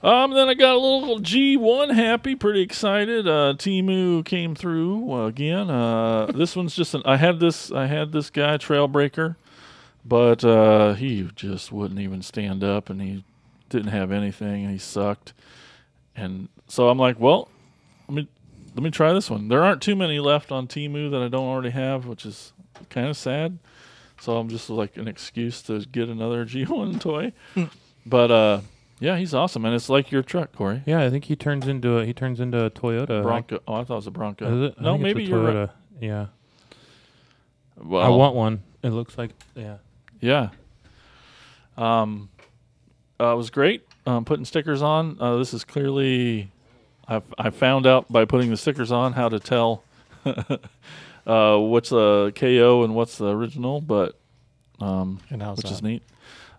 B: Um, then I got a little G1 happy, pretty excited. Uh, Timu came through uh, again. Uh, <laughs> this one's just an, I had this I had this guy Trailbreaker, but uh, he just wouldn't even stand up, and he didn't have anything, and he sucked. And so I'm like, well, let me let me try this one. There aren't too many left on Timu that I don't already have, which is kind of sad. So I'm just like an excuse to get another <laughs> G1
C: <laughs>
B: toy. but uh, yeah, he's awesome, and it's like your truck, Corey.
C: Yeah, I think he turns into a, he turns into a Toyota.
B: Bronco. Oh, I thought it was a Bronco.
C: Is it? I
B: No,
C: think it's a
B: maybe you're. Right. Oh.
C: Toyota. Yeah,
B: Well,
C: I want one. It looks like yeah.
B: Yeah. Um, uh, it was great. Um, putting stickers on. Uh, this is clearly, I I found out by putting the stickers on how to tell <laughs> uh, what's a KO and what's the original, but um,
E: And how's
B: which is
E: that?
B: neat.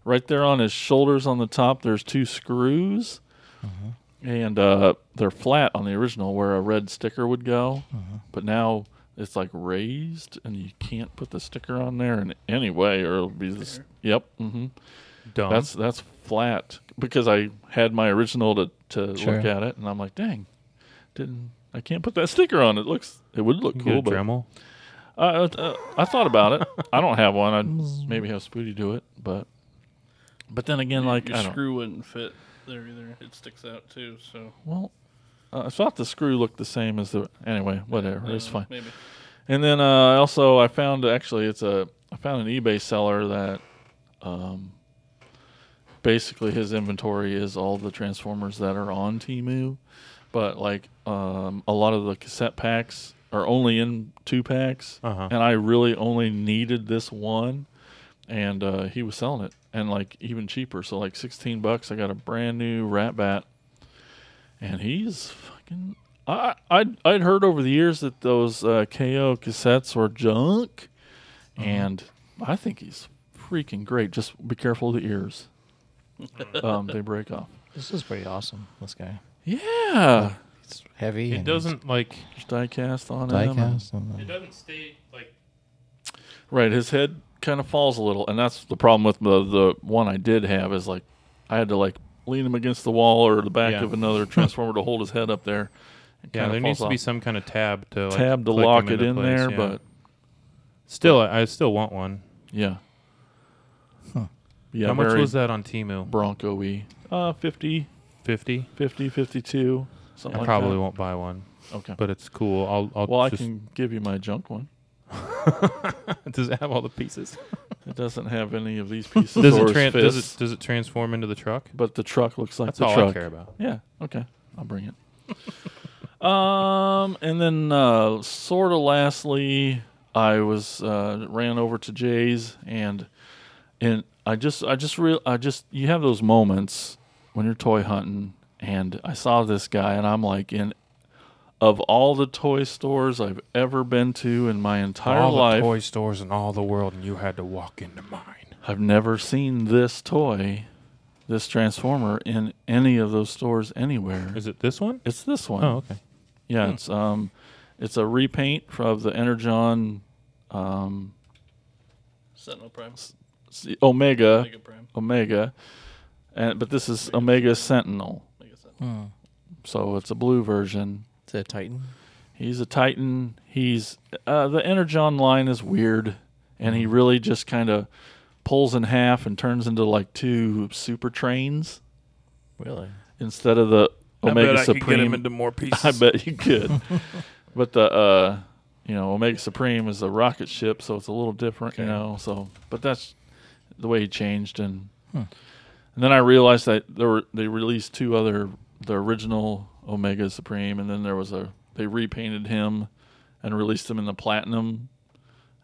B: Right there on his shoulders on the top, there's two screws,
C: Mm-hmm.
B: and uh, they're flat on the original where a red sticker would go,
C: Mm-hmm.
B: but now it's like raised, and you can't put the sticker on there in any way, or it'll be this. Yep. hmm
C: Uh-huh. Dumb.
B: that's that's flat because I had my original to to
E: Sure.
B: look at it, and I'm like, dang, didn't I can't put that sticker on. It looks it would look
C: You
B: cool, but
C: get a Dremel.
B: I, uh, uh, I thought about it. I don't have one. I'd maybe have Spooty do it, but but then again, like
D: Your
B: I don't.
D: screw wouldn't fit there either. It sticks out too. So
B: Well, uh, I thought the screw looked the same as the anyway. Whatever,
D: I
B: it's
D: don't know,
B: fine.
D: Maybe.
B: And then uh, I also I found actually it's a I found an eBay seller that um, basically his inventory is all the Transformers that are on Timu, but like um, a lot of the cassette packs are only in two packs,
C: Uh-huh.
B: and I really only needed this one, and uh, he was selling it and like even cheaper, so like sixteen bucks I got a brand new Rat Bat and he's fucking. I I'd, I'd heard over the years that those uh, KO cassettes were junk,
C: Uh-huh.
B: and I think he's freaking great. Just be careful of the
C: <laughs>
B: ears; um, they break off.
E: This is pretty awesome. This guy.
B: Yeah,
E: It's heavy.
C: It
E: and
C: doesn't like.
B: there's diecast on him. and-
E: Diecast. and, uh,
C: doesn't stay like.
B: Right, his head kind of falls a little, and that's the problem with the the one I did have is like I had to like lean him against the wall or the back
C: Yeah.
B: of
C: <laughs>
B: another transformer to hold his head up there. It
C: Yeah,
B: kinda
C: there needs
B: falls
C: to be
B: off.
C: some kind of tab to like,
B: tab to
C: click 'em
B: lock it
C: into
B: in
C: place,
B: there,
C: yeah.
B: but
C: still, I, I still want one.
B: Yeah.
E: Huh.
B: Yeah.
C: How much was that on Timu?
B: Bronco E? Uh, 50,
C: Fifty.
B: 50, 52, something
C: I
B: like
C: probably
B: that.
C: won't buy one,
B: Okay.
C: but it's cool. I'll. I'll
B: well, I
C: just,
B: can give you my junk one.
C: <laughs> Does it have all the pieces?
B: It doesn't have any of these pieces
C: <laughs> Does
B: or
C: it,
B: his
C: tran- does
B: fists,
C: it does it transform into the truck?
B: but the truck looks like
C: That's
B: the
C: all
B: truck.
C: I care about.
B: Yeah. Okay. I'll bring it. <laughs> um, and then uh, sort of lastly, I was uh, ran over to Jay's and and I just I just real I just you have those moments when you're toy hunting and I saw this guy and I'm like in of all the toy stores I've ever been to in my entire
C: all
B: life
C: the toy stores in all the world, and you had to walk into mine.
B: I've never seen this toy this transformer in any of those stores anywhere.
C: Is it this one?
B: It's this one.
C: Oh, okay.
B: Yeah, it's um, it's a repaint of the Energon um,
D: Sentinel Prime.
B: s- Omega,
D: Mega Prime.
B: Omega, and but this is Omega Sentinel,
D: Mega Sentinel.
B: so it's a blue version.
E: The Titan.
B: He's a Titan. He's uh, the Energon line is weird, and he really just kind of pulls in half and turns into like two super trains
E: Really?
B: instead of the Omega Supreme.
C: <laughs> more
B: <laughs>
C: pieces.
B: I bet you could. but the uh, you know Omega Supreme is a rocket ship, so it's a little different, you
C: Okay.
B: know. So, but that's the way he changed, and and then I realized that there were they released two other the original Omega Supreme, and then there was a they repainted him and released him in the platinum,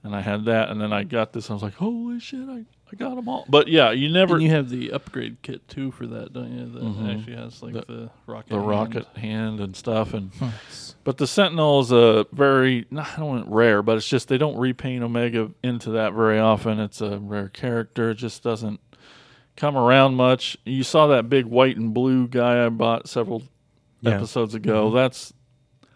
B: and I had that, and then I got this, and I was like, holy shit, I. I got them all, but yeah, you never Mm-hmm.
D: And you have the upgrade kit too for that, don't you? That actually has like the, rocket.
B: the
D: hand.
B: rocket hand and stuff and but the sentinel is a very not I don't want rare but it's just they don't repaint omega into that very often it's a rare character it just doesn't come around much you saw that big white and blue guy i bought several
C: Yeah.
B: episodes ago that's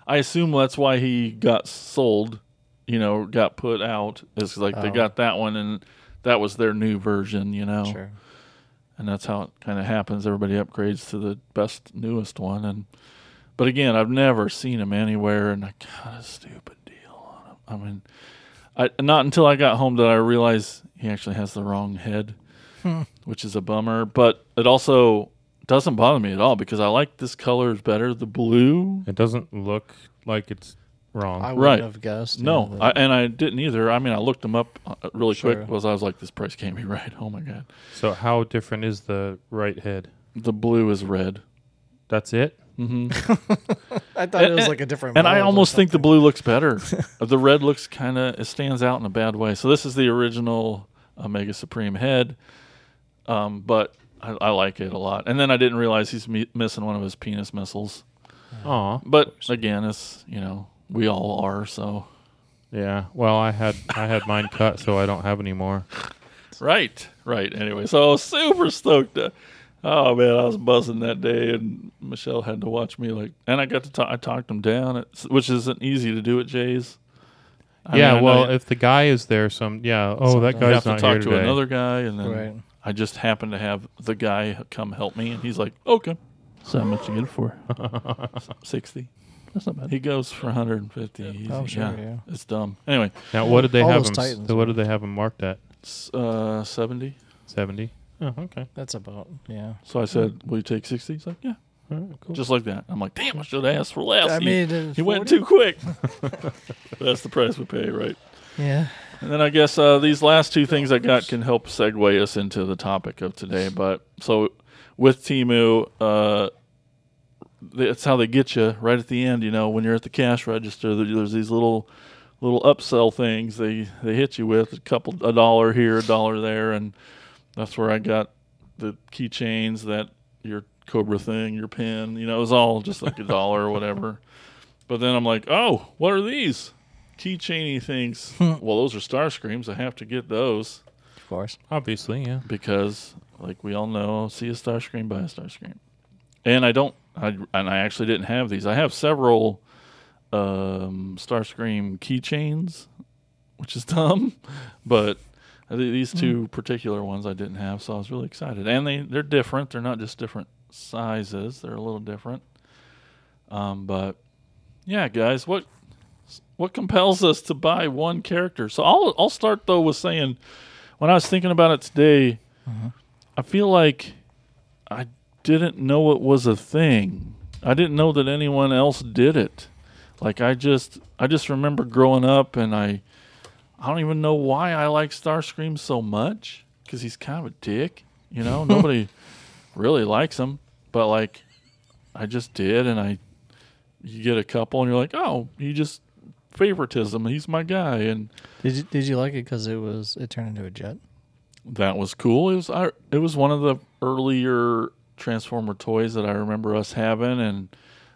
B: i assume that's why he got sold you know got put out it's like they
E: Oh.
B: got that one and that was their new version you know
E: Sure.
B: and that's how it kind of happens. Everybody upgrades to the best, newest one, and but again, I've never seen him anywhere, and I got a stupid deal on him. I mean, I not until I got home did I realize he actually has the wrong head,
E: Hmm.
B: which is a bummer. But it also doesn't bother me at all because I like this color is better, the blue.
C: It doesn't look like it's wrong.
E: I wouldn't
B: Right.
E: have guessed.
B: No,
E: yeah,
B: I, and I didn't either. I mean, I looked them up uh, really
E: Sure.
B: quick. Was I was like, this price can't be <laughs> right. Oh my god,
C: so how different is the right head?
B: the blue is red.
C: That's it.
E: I thought it was like a different.
B: And I
E: mold or
B: almost think the
E: something.
B: blue looks
E: <laughs>
B: better. the red looks kind of it stands out in a bad way. So this is the original Omega Supreme head, um, but I, I like it a lot. And then I didn't realize he's mi- missing one of his penis missiles.
C: Aw.
B: But again, it's you know we all are. So
C: Yeah. Well, I had I had mine cut, so I don't have any more.
B: right, right. Anyway, so I was super stoked. To, oh man, I was buzzing that day, and Michelle had to watch me like, and I got to talk. I talked him down, it's- which isn't easy to do at Jay's. I
C: yeah.
B: mean, I know
C: well,
B: you-
C: if the guy is there, some yeah. Oh, that
B: I
C: guy's
B: have to
C: not
B: talk
C: here
B: to
C: today.
B: another guy, and then
E: Right.
B: I just happened to have the guy come help me, and he's like, "Okay, so how much you get it
C: <laughs>
B: for? Sixty. That's not bad." He goes for 150. He's-
E: Oh, sure, yeah.
B: It's dumb. Anyway,
C: Now, what did they
E: All
C: have
E: those
C: him?
E: Titans,
C: so what did they have him marked at?
B: s- uh, 70.
C: Seventy. Oh, okay.
E: That's about yeah.
B: So I said, "Will you take 60? He's like, "Yeah."
C: All right, cool.
B: Just like that. I'm like, "Damn, I should have asked for less."
E: I
B: He-
E: mean, uh,
B: he went too
E: <laughs>
B: quick. That's the price we pay, right?
E: Yeah.
B: And then I guess uh, these last two things I got can help segue us into the topic of today. But so with Timu, uh, that's how they get you right at the end. You know, when you're at the cash register, there- there's these little little upsell things they they hit you with a couple a dollar here, a dollar there, and that's where I got the keychains that your Cobra thing, your pin. You know, it was all just like a dollar or whatever. But then I'm like, oh, what are these? Keychainy things. well, those are star screams. I have to get those
E: Of course.
C: Obviously, yeah.
B: because, like we all know, see a star scream, buy a star scream. And I don't, I, and I actually didn't have these. I have several um, star scream keychains, which is <laughs> dumb, but th- these two particular ones I didn't have, so I was really excited. And they they're different. They're not just different sizes. They're a little different. Um, but yeah, guys, what what compels us to buy one character? So I'll I'll start though with saying when I was thinking about it today, I feel like I didn't know it was a thing. I didn't know that anyone else did it. Like I just I just remember growing up and I I don't even know why I like Starscream so much because he's kind of a dick. You know, nobody really likes him, but like I just did, and I you get a couple, and you're like, oh, he just favoritism. He's my guy, and
E: Did you did you like it because it was it turned into a jet?
B: that was cool. It was I, it was one of the earlier Transformer toys that I remember us having, and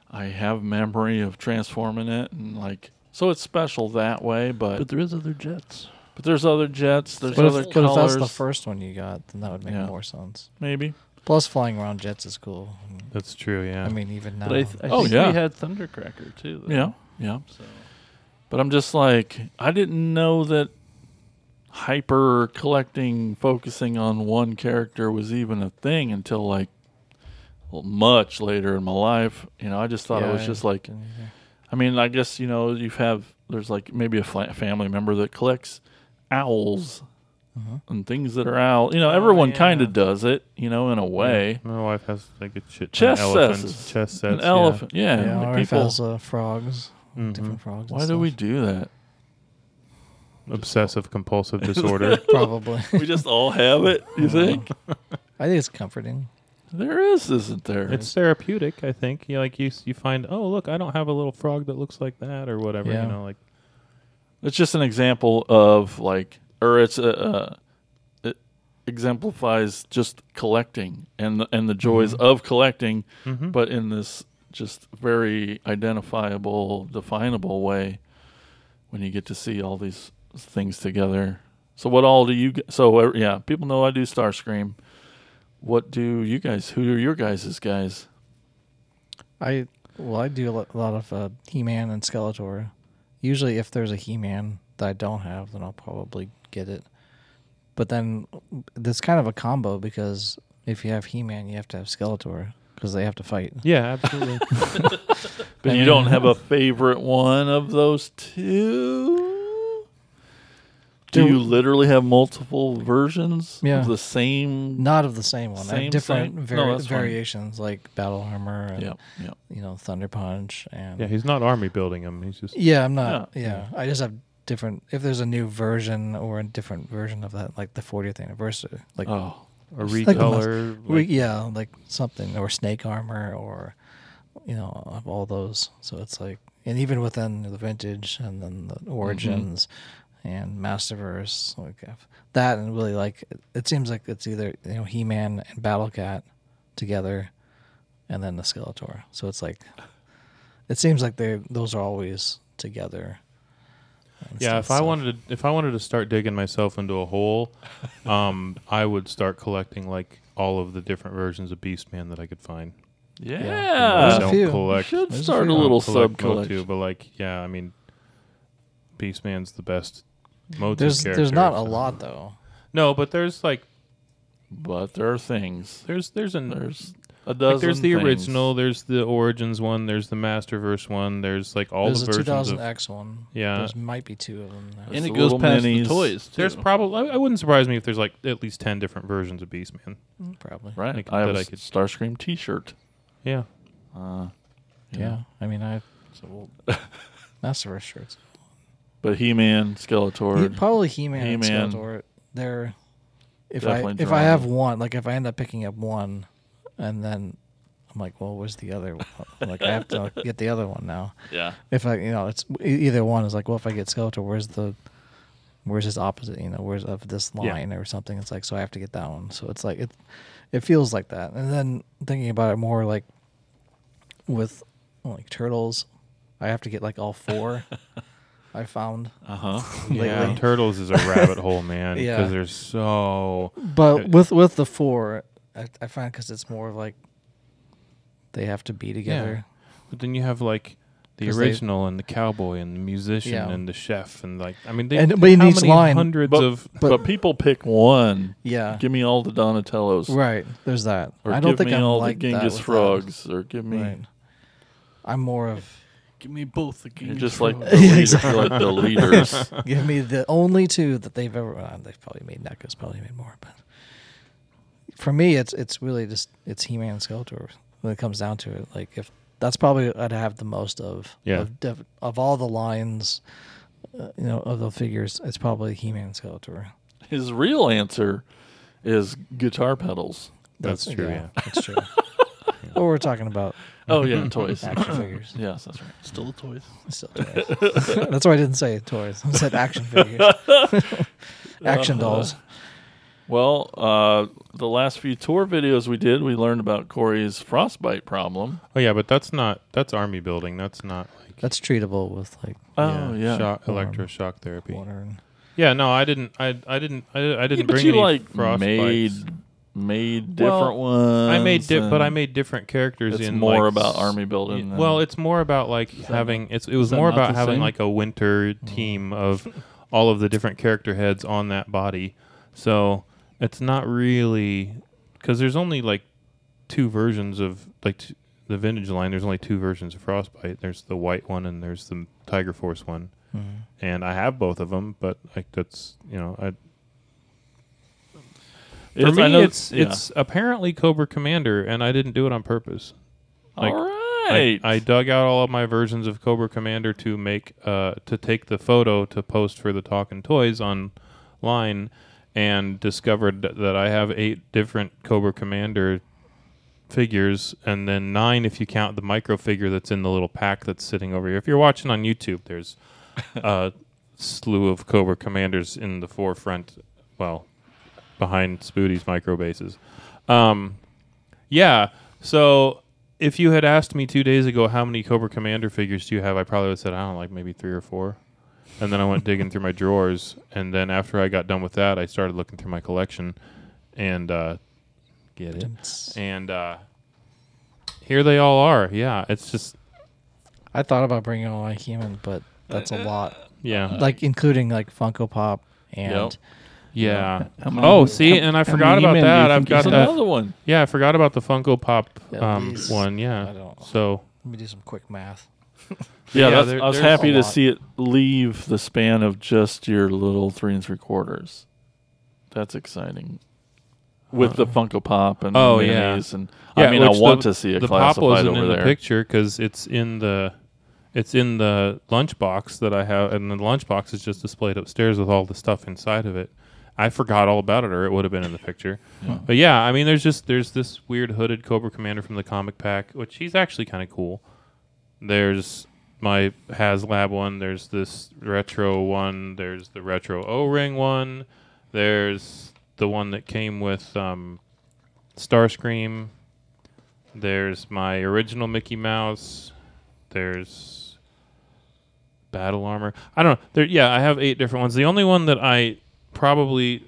B: I have memory of transforming it, and like so it's special that way. But
D: But there is other jets.
B: but there's other jets, there's
E: But
B: other
E: if, but if
B: colors,
E: that's the first one you got, then that would make
B: Yeah.
E: more sense.
B: maybe.
E: Plus, flying around jets is cool.
C: That's true. Yeah.
E: I mean, even now.
D: But I, th- I
B: Oh,
D: think
B: yeah.
D: we had Thundercracker too. Though.
B: Yeah, yeah.
D: So
B: But I'm just like I didn't know that hyper collecting, focusing on one character was even a thing until like well, much later in my life. You know, I just thought
E: Yeah,
B: it was
E: I
B: just like
E: didn't either.
B: I mean, I guess you know you have there's like maybe a fla- family member that collects owls
E: Uh-huh.
B: and things that are owl. You
E: Oh,
B: know, everyone
C: yeah.
B: kind of does it, you know, in a way.
C: My wife has like a shit ton of
B: Chess
C: elephants.
B: sets,
C: Chess sets.
B: an elephant, yeah.
E: yeah,
B: and
E: or if it
B: people, Mm-hmm.
E: has, uh, frogs, different frogs. and
B: why do we
E: stuff.
B: do that?
C: Yeah. Obsessive <laughs> compulsive disorder.
E: Probably. <laughs>
B: we just all have it. You think
E: I think it's comforting.
B: there is, isn't there?
C: it's therapeutic, I think. You like you s- you find oh look I don't have a little frog that looks like that or whatever.
E: Yeah.
C: You know like
B: It's just an example of like, or it's a, uh, it exemplifies just collecting and the, and the joys of collecting, but in this just very identifiable, definable way. When you get to see all these things together, so what all do you? g- So uh, yeah, people know I do Starscream. What do you guys? Who are your guys' guys?
E: I well, I do a lo- a lot of uh, He-Man and Skeletor. Usually, if there's a He-Man that I don't have, then I'll probably get it. But then that's kind of a combo because if you have He-Man, you have to have Skeletor because they have to fight.
C: yeah absolutely.
B: But you don't have a favorite one of those two? Do
E: Do-
B: you literally have multiple versions
E: Yeah.
B: of the same?
E: Not of the same one. I
B: Same,
E: have different
B: same?
E: vari-
B: No, that's fine.
E: variations like Battle Armor and
B: Yep, yep.
E: you know Thunder Punch
C: <laughs>
E: and
C: yeah, he's not army building him. He's just
E: Yeah, I'm not.
B: Yeah.
E: Yeah. I just have different. If there's a new version or a different version of that, like the 40th anniversary, like
B: Oh,
C: a
E: It's like the most-
C: recolor.
E: we,
C: like-
E: yeah, like something or snake armor or you know of all those. So it's like, and even within the vintage and then the
C: Mm-hmm.
E: origins and Masterverse, like I've- that, and really like it, it seems like it's either you know He Man and Battle Cat together, and then the Skeletor. So it's like, it seems like they those are always together. and
C: yeah,
E: stuff,
C: if I
E: so-
C: wanted to, if I wanted to start digging myself into a hole,
E: <laughs>
C: um, I would start collecting like all of the different versions of Beastman that I could find.
B: yeah.
C: I
E: There's a
C: don't
E: few.
C: collect.
B: Uh, Should
E: There's a
B: start a
E: few.
B: little
C: I don't
B: sub
C: collect Motu,
B: collection.
C: but like, yeah, I mean, Beastman's the best Motu
E: there's
C: character.
E: there's not
C: so-
E: a lot though.
C: No, but there's like
B: But there are things.
C: there's there's an
B: There's a dozen.
C: like, there's the
B: things.
C: original, there's the Origins one, there's the Masterverse one, there's like all
E: there's
C: the
E: a
C: versions of
E: 2000X one.
C: Yeah.
E: There's might be two of them. Now.
D: and
B: the
D: it goes
B: little
D: past
B: minis.
D: the toys too.
C: There's probably I wouldn't surprise me if there's like at least ten different versions of Beastman.
E: Probably.
B: Right.
C: Like,
B: I have
C: that
B: a
C: I could-
B: Starscream t shirt.
C: Yeah.
E: Yeah. I mean, I. So we'll, <laughs> Masterverse shirts.
B: But He Man,
E: Yeah,
B: Skeletor.
E: probably He-Man,
B: He-Man.
E: and Skeletor. They're. If I
B: Definitely
E: if I have
B: drawn.
E: one, like if I end up picking up one, and then I'm like, well, where's the other? one? like I have to
B: <laughs>
E: like, get the other one now.
B: yeah.
E: If I, you know, it's e- either one is like, well, if I get Skeletor, where's the, where's his opposite? You know, where's of this
C: Yeah.
E: line or something? It's like, so I have to get that one. So it's like it, it feels like that. And then thinking about it more, like with like turtles, I have to get like
B: <laughs>
E: all four. I found,
B: Uh huh.
C: Yeah,
E: Lately.
C: Turtles
E: <laughs>
C: is a rabbit hole, man.
E: Yeah.
C: Because there's so
B: <laughs>
E: but with with the four, I, I find because it's more of like they have to be together.
C: But then you have like the
E: 'Cause they-
C: original and the cowboy and the musician
E: Yeah.
C: and the chef and like I mean they
E: And-
C: how
E: but he needs
C: many
E: line.
C: hundreds
B: But,
C: of
B: but, people pick one.
E: Yeah,
B: Give me all the Donatellos.
E: right. There's that.
B: Or
E: I don't
B: give
E: think
B: me
E: I'm
B: all
E: like
B: the
E: that
B: Genghis
E: with that.
B: frogs, or give me
E: Right. I'm more of
D: Give me both the
B: You're
D: games.
B: just <laughs> like
D: from-
B: the leader, like the leaders.
E: Give me the only two that they've ever. Uh, they've probably made NECA's probably made more, but for me, it's it's really just it's He-Man and Skeletor when it comes down to it. Like if that's probably I'd have the most of
C: Yeah.
E: of, def- of all the lines uh, you know, of the figures, it's probably He-Man and Skeletor.
B: <laughs> His real answer is guitar pedals.
C: That's true, yeah.
E: that's
C: <laughs>
E: true. But we're talking about
B: Oh yeah, <laughs> toys.
E: action figures.
B: yes, that's right.
D: Still a toy.
E: Still toys. <laughs> that's why I didn't say toys. I said
C: <laughs>
E: action figures. action dolls.
B: Well, uh, the last few tour videos we did, we learned about Corey's frostbite problem.
C: Oh yeah, but that's not that's army building. That's not like
E: That's treatable with like
B: Oh yeah,
C: shock, electroshock therapy.
E: water and
C: Yeah, no, I didn't. I I didn't. I, I
B: Yeah,
C: didn't
B: but
C: bring
B: you
C: any
B: like
C: frostbites.
B: made made different
C: Well,
B: ones.
C: I made, di- but I
B: and
C: made different characters.
B: It's
C: in
B: more
C: like,
B: about
C: s-
B: army building.
C: y-
B: than-
C: Well, it's more about like having. It's it was
B: that
C: more
B: not
C: about
B: the
C: having
B: same? Mm.
C: like a winter team of all of the different character heads on that body. So it's not really because there's only like two versions of like t- the vintage line. There's only two versions of Frostbite. There's the white one and there's the Tiger Force one.
B: Mm-hmm.
C: And I have both of them, but like that's you know I for
B: It's-
C: me,
B: I know-
C: it's
B: yeah.
C: it's apparently Cobra Commander, and I didn't do it on purpose. like,
B: all
C: I-
B: right.
C: I, dug out all of my versions of Cobra Commander to make uh, to take the photo to post for the Talking Toys online, and discovered th- that I have eight different Cobra Commander figures, and then nine if you count the micro figure that's in the little pack that's sitting over here. If you're watching on YouTube, there's a slew of Cobra Commanders in the forefront. Well, behind Spoody's micro bases. Um, yeah. So if you had asked me two days ago how many Cobra Commander figures do you have, I probably would have said I don't know, like maybe three or four. And then I went digging through my drawers, and then after I got done with that, I started looking through my collection, and uh, get it. And uh, here they all are. Yeah, it's just
E: I thought about bringing all my human, but that's a lot.
C: yeah,
E: <laughs> Like including like Funko Pop and
B: Uh, Yep.
C: yeah.
B: How many-
C: oh, see, and I
B: how
C: forgot
B: many men
C: about
B: do you
C: that. I've
B: think is
C: got that.
B: another one.
C: Yeah, I forgot about the Funko Pop
E: Yeah,
C: um,
E: these-
C: one. Yeah.
E: I don't-
C: So
E: let me do some quick math.
B: Yeah,
C: Yeah,
B: that's,
C: there-
B: I was
C: there's
B: happy
E: a
B: to
E: lot.
B: see it leave the span of just your little three and three quarters. That's exciting. With the Funko Pop and
C: Uh-huh. Oh,
B: the
C: yeah.
B: minis and
C: yeah,
B: I mean, I
C: which
B: want
C: the-
B: to see a
C: the pop
B: classified
C: wasn't
B: over
C: in
B: there.
C: the picture because it's in the it's in the lunchbox that I have, and the lunchbox is just displayed upstairs with all the stuff inside of it. I forgot all about it, or it would have been in the picture. But yeah, I mean, there's just there's this weird hooded Cobra Commander from the comic pack, which he's actually kind of cool. There's my HasLab one. There's this retro one. There's the retro O ring one. There's the one that came with um, Starscream. There's my original Mickey Mouse. There's battle armor. I don't know. There, yeah, I have eight different ones. The only one that I probably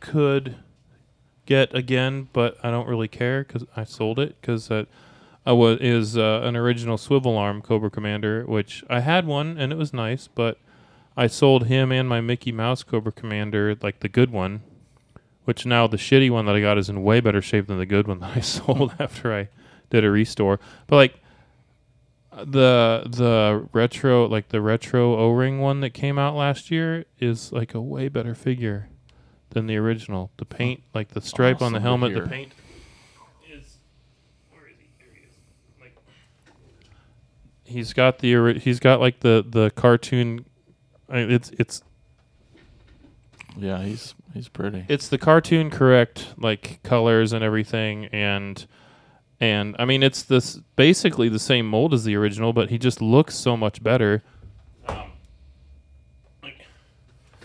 C: could get again, but I don't really care because I sold it because that I was is uh, an original swivel arm Cobra Commander, which I had one and it was nice, but I sold him and my Mickey Mouse Cobra Commander, like the good one, which now the shitty one that I got is in way better shape than the good one that I <laughs> sold after I did a restore. But like the the retro like the retro O ring one that came out last year is like a way better figure than the original. The paint, like the stripe
B: Awesome
C: on the
B: to
C: helmet, the
B: hear.
C: paint is where is he? Here he is. Like he's got the ori- he's got like the the cartoon. I- It's it's
B: Yeah, he's he's pretty.
C: it's the cartoon correct like colors and everything and and I mean it's this basically the same mold as the original, but he just looks so much better. Um,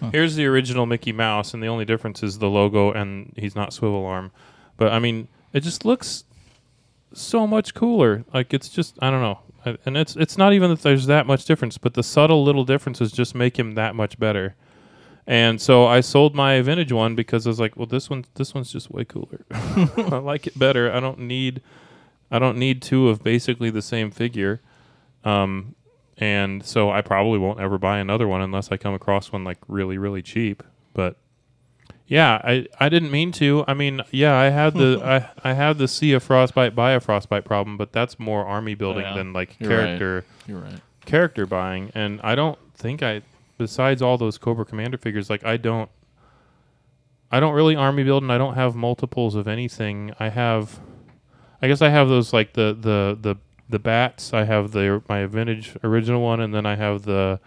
C: like, Here's the original Mickey Mouse, and the only difference is the logo, and he's not swivel arm. But I mean, it just looks so much cooler. Like it's just I don't know, I- and it's it's not even that there's that much difference, but the subtle little differences just make him that much better. And so I sold my vintage one because I was like, well, this one, this one's just way cooler. <laughs> I like it better. I don't need, I don't need two of basically the same figure. Um, and so I probably won't ever buy another one unless I come across one like really, really cheap. But yeah, I, I didn't mean to. I mean, yeah, I
B: <laughs>
C: had the I, I had the see a frostbite buy a frostbite problem, but that's more army building
B: Yeah,
C: than like
B: you're right.
C: character
B: You're right.
C: character buying and i don't think i besides all those cobra commander figures like i don't i don't really army build and i don't have multiples of anything i have i guess i have those like the the the the bats i have the my vintage original one and then i have the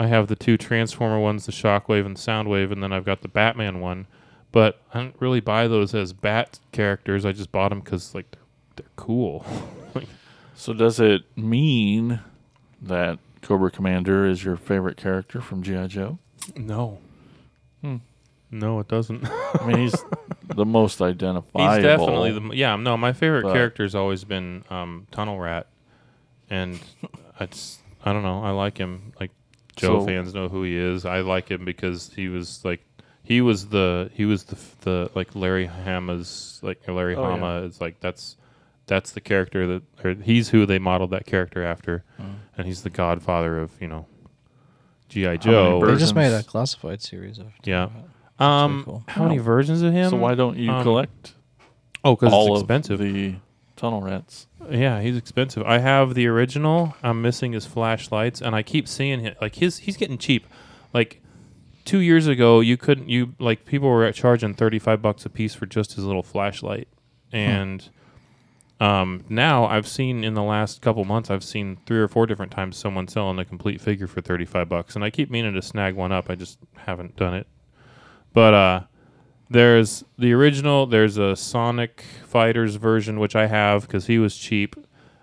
C: I have the two Transformer ones, the Shockwave and Soundwave, and then I've got the Batman one. But I didn't really buy those as Bat characters. I just bought them because like they're, they're cool. like,
B: So does it mean that Cobra Commander is your favorite character from GI Joe?
C: no, Hmm. no, it doesn't. <laughs> He's
B: I mean, he's the most identifiable.
C: definitely the m- yeah. No, my favorite
B: But-
C: character's always been um, Tunnel Rat,
B: <laughs>
C: and it's I don't know. I like him. Like Joe
B: So-
C: fans know who he is. I like him because he was like he was the he was the f- the like Larry Hama's like Larry
B: Oh, yeah.
C: Hama is like that's that's the character that or he's who they modeled that character after, and he's the godfather of you know
B: Mm.
C: GI
B: How many
C: Joe.
E: They just made a
B: Versions.
E: classified series of.
C: yeah. Um,
E: cool.
C: how many versions of him?
B: So why don't you
C: Um,
B: collect
C: Oh, because
B: all
C: it's expensive.
B: of the tunnel rats?
C: Yeah, he's expensive. I have the original. I'm missing his flashlights, and I keep seeing him. Like his, he's getting cheap. Like two years ago, you couldn't. You like people were charging 35 bucks a piece for just his little flashlight, and um, now I've seen in the last couple months, I've seen three or four different times someone selling a complete figure for 35 bucks, and I keep meaning to snag one up. I just haven't done it. But uh, there's the original. There's a Sonic Fighters version, which I have because he was cheap,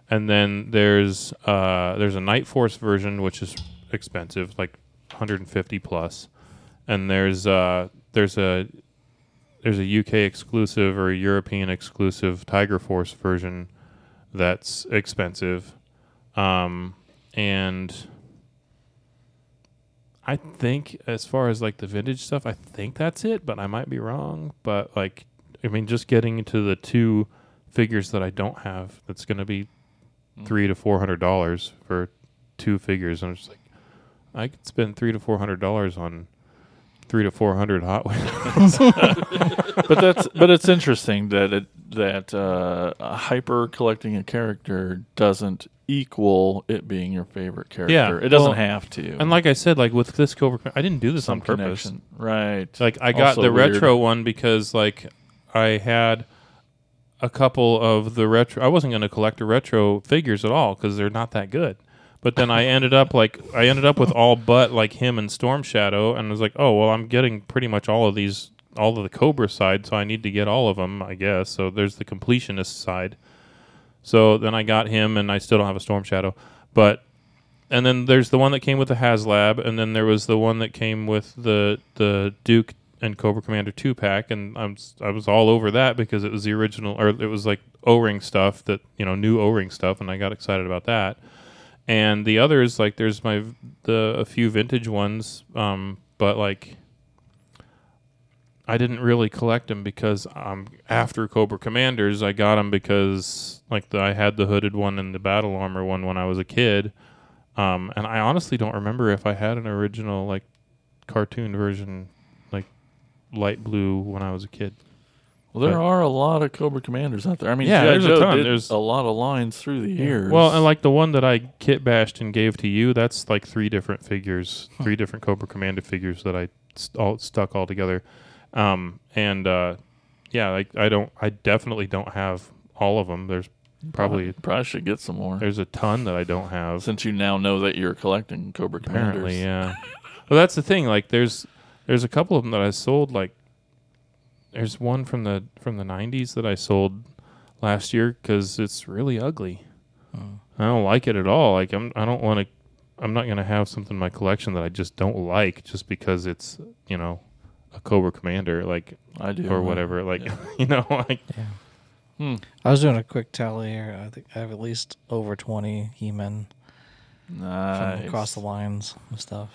C: and then there's uh, there's a Night Force version, which is expensive, like 150 plus, and there's uh, there's a there's a UK exclusive or a European exclusive Tiger Force version that's expensive, um, and I think as far as like the vintage stuff, I think that's it, but I might be wrong. But like, I mean, just getting into the two figures that I don't have, that's going to be
B: Mm.
C: three to four hundred dollars for two figures. I'm just like, I could spend three to four hundred dollars on three to four hundred Hot Wheels.
B: but that's but it's interesting that it that uh, hyper collecting a character doesn't equal it being your favorite character. it doesn't
C: well,
B: have to.
C: and like I said, like with this Cobra, Kai- I didn't do this
B: some
C: on purpose.
B: connection, right?
C: Like I got
B: Also
C: the
B: weird.
C: retro one because like I had a couple of the retro. I wasn't going to collect the retro figures at all because they're not that good. But then I ended up like I ended up with all but like him and Storm Shadow, and I was like, oh well, I'm getting pretty much all of these, all of the Cobra side, so I need to get all of them, I guess. So there's the completionist side. So then I got him, and I still don't have a Storm Shadow, but and then there's the one that came with the HasLab, and then there was the one that came with the the Duke and Cobra Commander two pack, and I'm s- I was all over that because it was the original, or it was like O-ring stuff that you know new O-ring stuff, and I got excited about that. And the others like there's my v- the a few vintage ones, um, but like I didn't really collect them because um, after Cobra Commanders, I got them because like the, I had the hooded one and the battle armor one when I was a kid. Um, and I honestly don't remember if I had an original like cartoon version, like light blue when I was a kid.
B: Well, there
C: But-
B: are a lot of Cobra Commanders out there. I mean,
C: Yeah,
B: G.I.
C: there's a
B: Joe
C: ton.
B: did
C: There's-
B: a lot of lines through the years.
C: Well, and like the one that I kit bashed and gave to you, that's like three different figures, three different Cobra Commander figures that I st- all stuck all together. Um, and uh, yeah, like I don't, I definitely don't have all of them. There's probably
B: probably should get some more
C: there's a ton that I don't have.
B: since you now know that you're collecting Cobra Commanders.
C: apparently yeah well that's the thing like there's there's a couple of them that i sold like there's one from the from the 90s that i sold last year because it's really ugly i don't like it at all like i'm i don't want to i'm not going to have something in my collection that i just don't like just because it's you know a cobra commander like
B: I do
C: or whatever like <laughs> you know like
E: I was doing a quick tally here. I think I have at least over twenty He-Man from
B: Nice.
E: across the lines and stuff.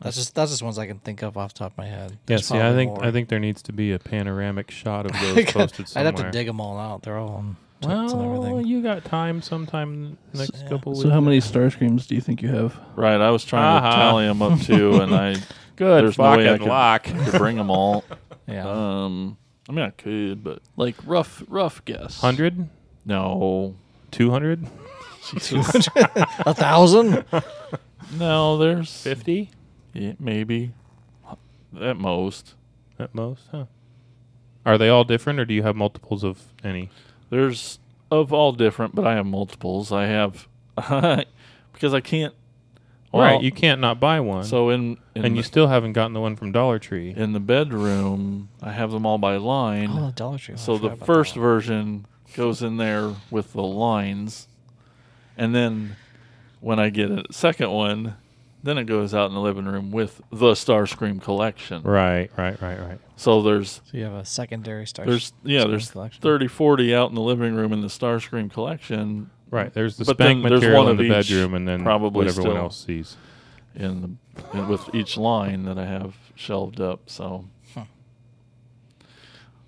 E: That's just that's just ones I can think of off the top of my head.
C: yeah
E: There's
C: see i
E: probably
C: think
E: more. <laughs>
C: i think there needs to be a panoramic <laughs> shot of those posted
E: I'd
C: somewhere
E: have to dig them all out. They're all on tits and
C: well,
E: everything.
C: you got time sometime next
E: Yeah.
C: couple weeks.
D: So how many star screams do you think you have?
B: Right, I was trying
C: Uh-huh.
B: to tally them up too, and
C: <laughs>
B: I
C: Good
B: There's no way I
C: fucking
B: could,
C: luck.
B: could bring them all.
E: Yeah.
B: Um, I mean, I could, but
D: Like rough, rough
B: <laughs>
D: guess.
C: 100?
B: no,
C: 200?
E: a thousand? <laughs>
B: no. There's
C: 50
B: yeah, maybe at most.
C: at most? Huh. Are they all different or do you have multiples of any?
B: There's <laughs> of all different, but I have multiples. I have because I can't.
C: right,
B: Well-
C: you can't not buy one.
B: So in in,
C: and
B: the,
C: you still haven't gotten the one from Dollar Tree.
B: in the bedroom, I have them all by line.
E: Oh, the Dollar Tree. Oh, I
B: so
E: forgot
B: the
E: about that
B: first
E: one.
B: version goes in there with the lines, and then when I get a second one, then it goes out in the living room with the Starscream collection.
C: Right, right, right, right.
B: So there's
E: So you have a secondary Star.
B: there's yeah
E: Starscream
B: there's
E: collection.
B: thirty forty 30 40 out in the living room in the Starscream collection
C: Right. There's the
B: But
C: spank
B: then there's
C: material
B: one
C: in the
B: of each
C: bedroom, and then
B: probably
C: what everyone
B: still.
C: else sees.
B: in the in, with each line that I have shelved up. So,